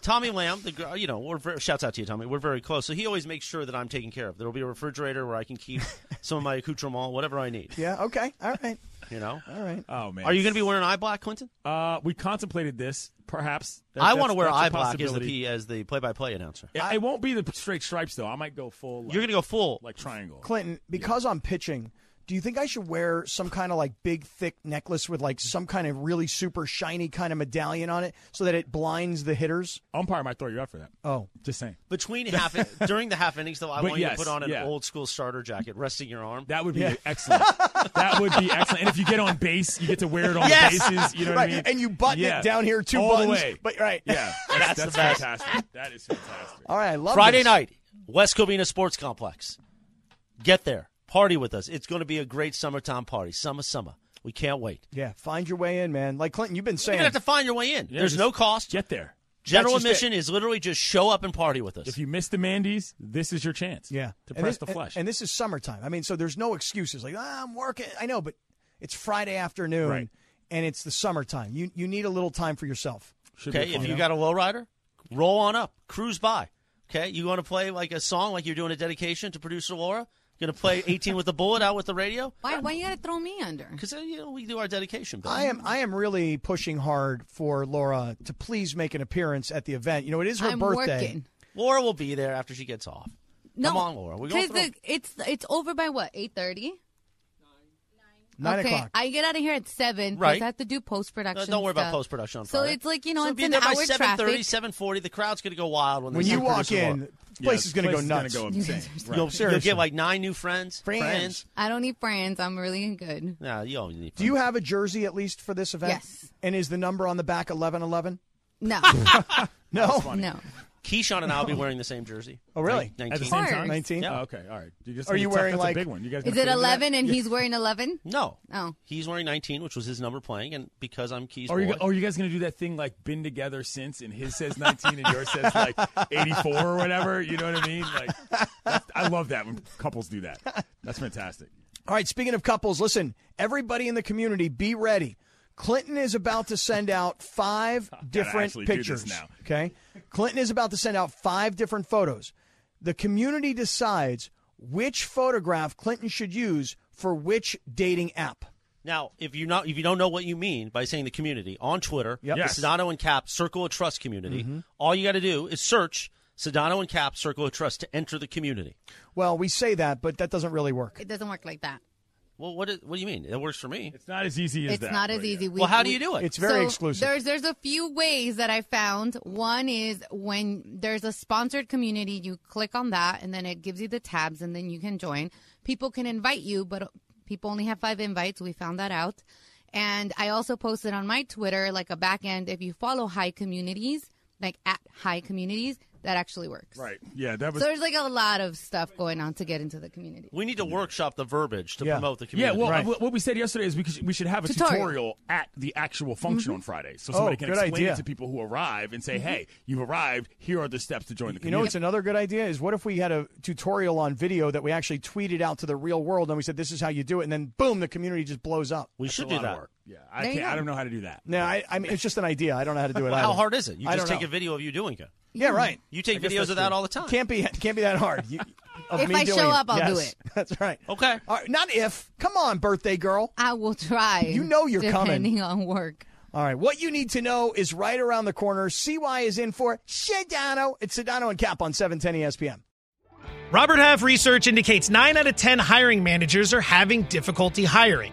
Tommy Lamb, the gr- you know, we're very, shouts out to you, Tommy. We're very close, so he always makes sure that I'm taken care of. There will be a refrigerator where I can keep some of my accoutrement, whatever I need.
Yeah. Okay. All right.
You know.
All right.
Oh man,
Are you going to be wearing eye black, Clinton?
Uh, we contemplated this, perhaps. That-
I
that's-
want to wear
that's a
eye black as the
possibility.
P, as the play by play announcer.
Yeah, it won't be the straight stripes though. I might go full. Like,
You're going to go full.
like triangle.
Clinton, because I'm pitching, do you think I should wear some kind of like big thick necklace with like some kind of really super shiny kind of medallion on it so that it blinds the hitters?
Umpire might throw you out for that.
Oh,
Just saying.
Between half during the half innings, though, I
But
want
yes,
you to put on an
yeah.
old school starter jacket, resting your arm.
That would be excellent. that would be excellent. And if you get on base, you get to wear it on
Yes!
bases. You know what
Right,
I mean?
and you button it down here, two
All
buttons,
The way.
but- right.
Yeah.
That's
That's,
the
that's
best.
fantastic. That is fantastic.
All right, I love
Friday
this.
night, West Covina Sports Complex. Get there, party with us. It's going to be a great summertime party. Summer, summer. We can't wait.
Yeah, find your way in, man. Like Clinton, you've been
You're
saying.
gonna have to find your way in. There's
just
no cost.
Get there.
General
That's just
admission is literally just show up and party with us.
If you miss the Mandy's, this is your chance.
yeah,
To
And
press
this-
the
and-
flesh.
And, this is summertime. I mean, so there's no excuses. Like ah, I'm working. I know, but it's Friday afternoon,
Right.
and it's the summertime. You you need a little time for yourself.
Should be
okay, if
fun.
you got a lowrider, roll on up, cruise by. Okay, you want to play like a song, like you're doing a dedication to producer Laura. Going to play 18 with a bullet out with the radio
Why? Why you got to throw me under?
because you know we do our dedication. Bill.
I am I am really pushing hard for Laura to please make an appearance at the event. You know, it is her
I'm
birthday.
working.
Laura will be there after she gets off.
No,
Come on, Laura. We're going
Because
through.
the- it's it's over by what? Eight thirty.
Nine
okay,
o'clock.
I get out of here at seven. 'cause
Right.
I have to do post production.
No, don't worry about post production on
So
Friday.
it's like, you know,
so
it's
be
an
there by
hour
7:30,
traffic.
7:40. The crowd's going to go wild when,
When
they
you
see
walk
producer
in,
Laura.
the place is going to go
place is gonna
nuts.
go insane. Right.
You'll, you'll
Seriously.
get like nine new friends.
Friends.
I don't need friends. I'm really good.
No, you only need.
Do you have a jersey at least for this event?
Yes.
And is the number on the back eleven eleven?
No,
No.
no.
Keyshawn and I will be wearing the same jersey.
Oh, really?
Nin-
At the
19.
same
Of
time?
course.
Nineteen.
Yeah.
Oh, okay. All right. You just
Are you
it's tough.
wearing,
That's a
like-
big one? You guys
Is
gotta
it
figure that-
eleven and he's wearing eleven?
No.
Oh.
He's wearing 19, which was his number playing, and because I'm Keys
Are you,
boy,
gu- are you guys going to do that thing like been together since and his says 19 and yours says like 84 or whatever? You know what I mean? Like, that's- I love that when couples do that. That's fantastic.
All right, speaking of couples, listen, everybody in the community, be ready. Clinton is about to send out five different
actually do this
pictures.
now.
Okay? Clinton is about to send out five different photos. The community decides which photograph Clinton should use for which dating app.
Now, if you not if you don't know what you mean by saying the community on Twitter,
Yep. Mm-hmm.
the
Yes.
Sedano and Cap Circle of Trust community. All you got to do is search Sedano and Cap Circle of Trust to enter the community.
Well, we say that, but that doesn't really work.
It doesn't work like that.
Well, what, is, what do you mean? It works for me.
It's not as easy as
it's
that.
not as
but yeah.
easy. We,
well, how do
we-
you do it?
It's very
So
exclusive.
There's there's a few ways that I found. One is when there's a sponsored community, you click on that, and then it gives you the tabs, and then you can join. People can invite you, but people only have five invites. We found that out. And I also posted on my Twitter like a back end. If you follow High Communities, like at High Communities, that actually works.
Right. Yeah, that was
so there's like a lot of stuff going on to get into the community.
We need to workshop the verbiage to
Yeah.
promote the community.
Yeah, well, uh, what we said yesterday is we, could, we should have a tutorial.
Tutorial.
at the actual function on
Mhm.
Friday, so
Oh,
somebody can
good
explain
idea.
it to people who arrive and say,
Mhm.
"Hey, you've arrived. Here are the steps to join the
You know,
community."
it's another good idea. Is what if we had a tutorial on video that we actually tweeted out to the real world, and we said this is how you do it, and then boom, the community just blows up.
We
should do that. Yeah, I,
There you
can't, I
go.
don't know how to do that.
No, I, I mean it's just an idea. I don't know how to do it.
Well, how
either.
hard is it? You
I
just
don't
take
know.
a video of you doing it.
Yeah,
Hmm.
right.
You take
I guess
videos
that's
of that
true.
all the time.
Can't be can't be that hard. You, of
If
me
I show
doing it.
up, I'll do
Yes.
it.
That's right.
Okay.
All right. Not if. Come on, birthday girl.
I will try.
You know you're
depending
coming.
on work.
All right. What you need to know is right around the corner. CY is in for Sedano. It's Sedano and Cap on E 710 ESPN.
Robert Half research indicates 9 out of 10 hiring managers are having difficulty hiring.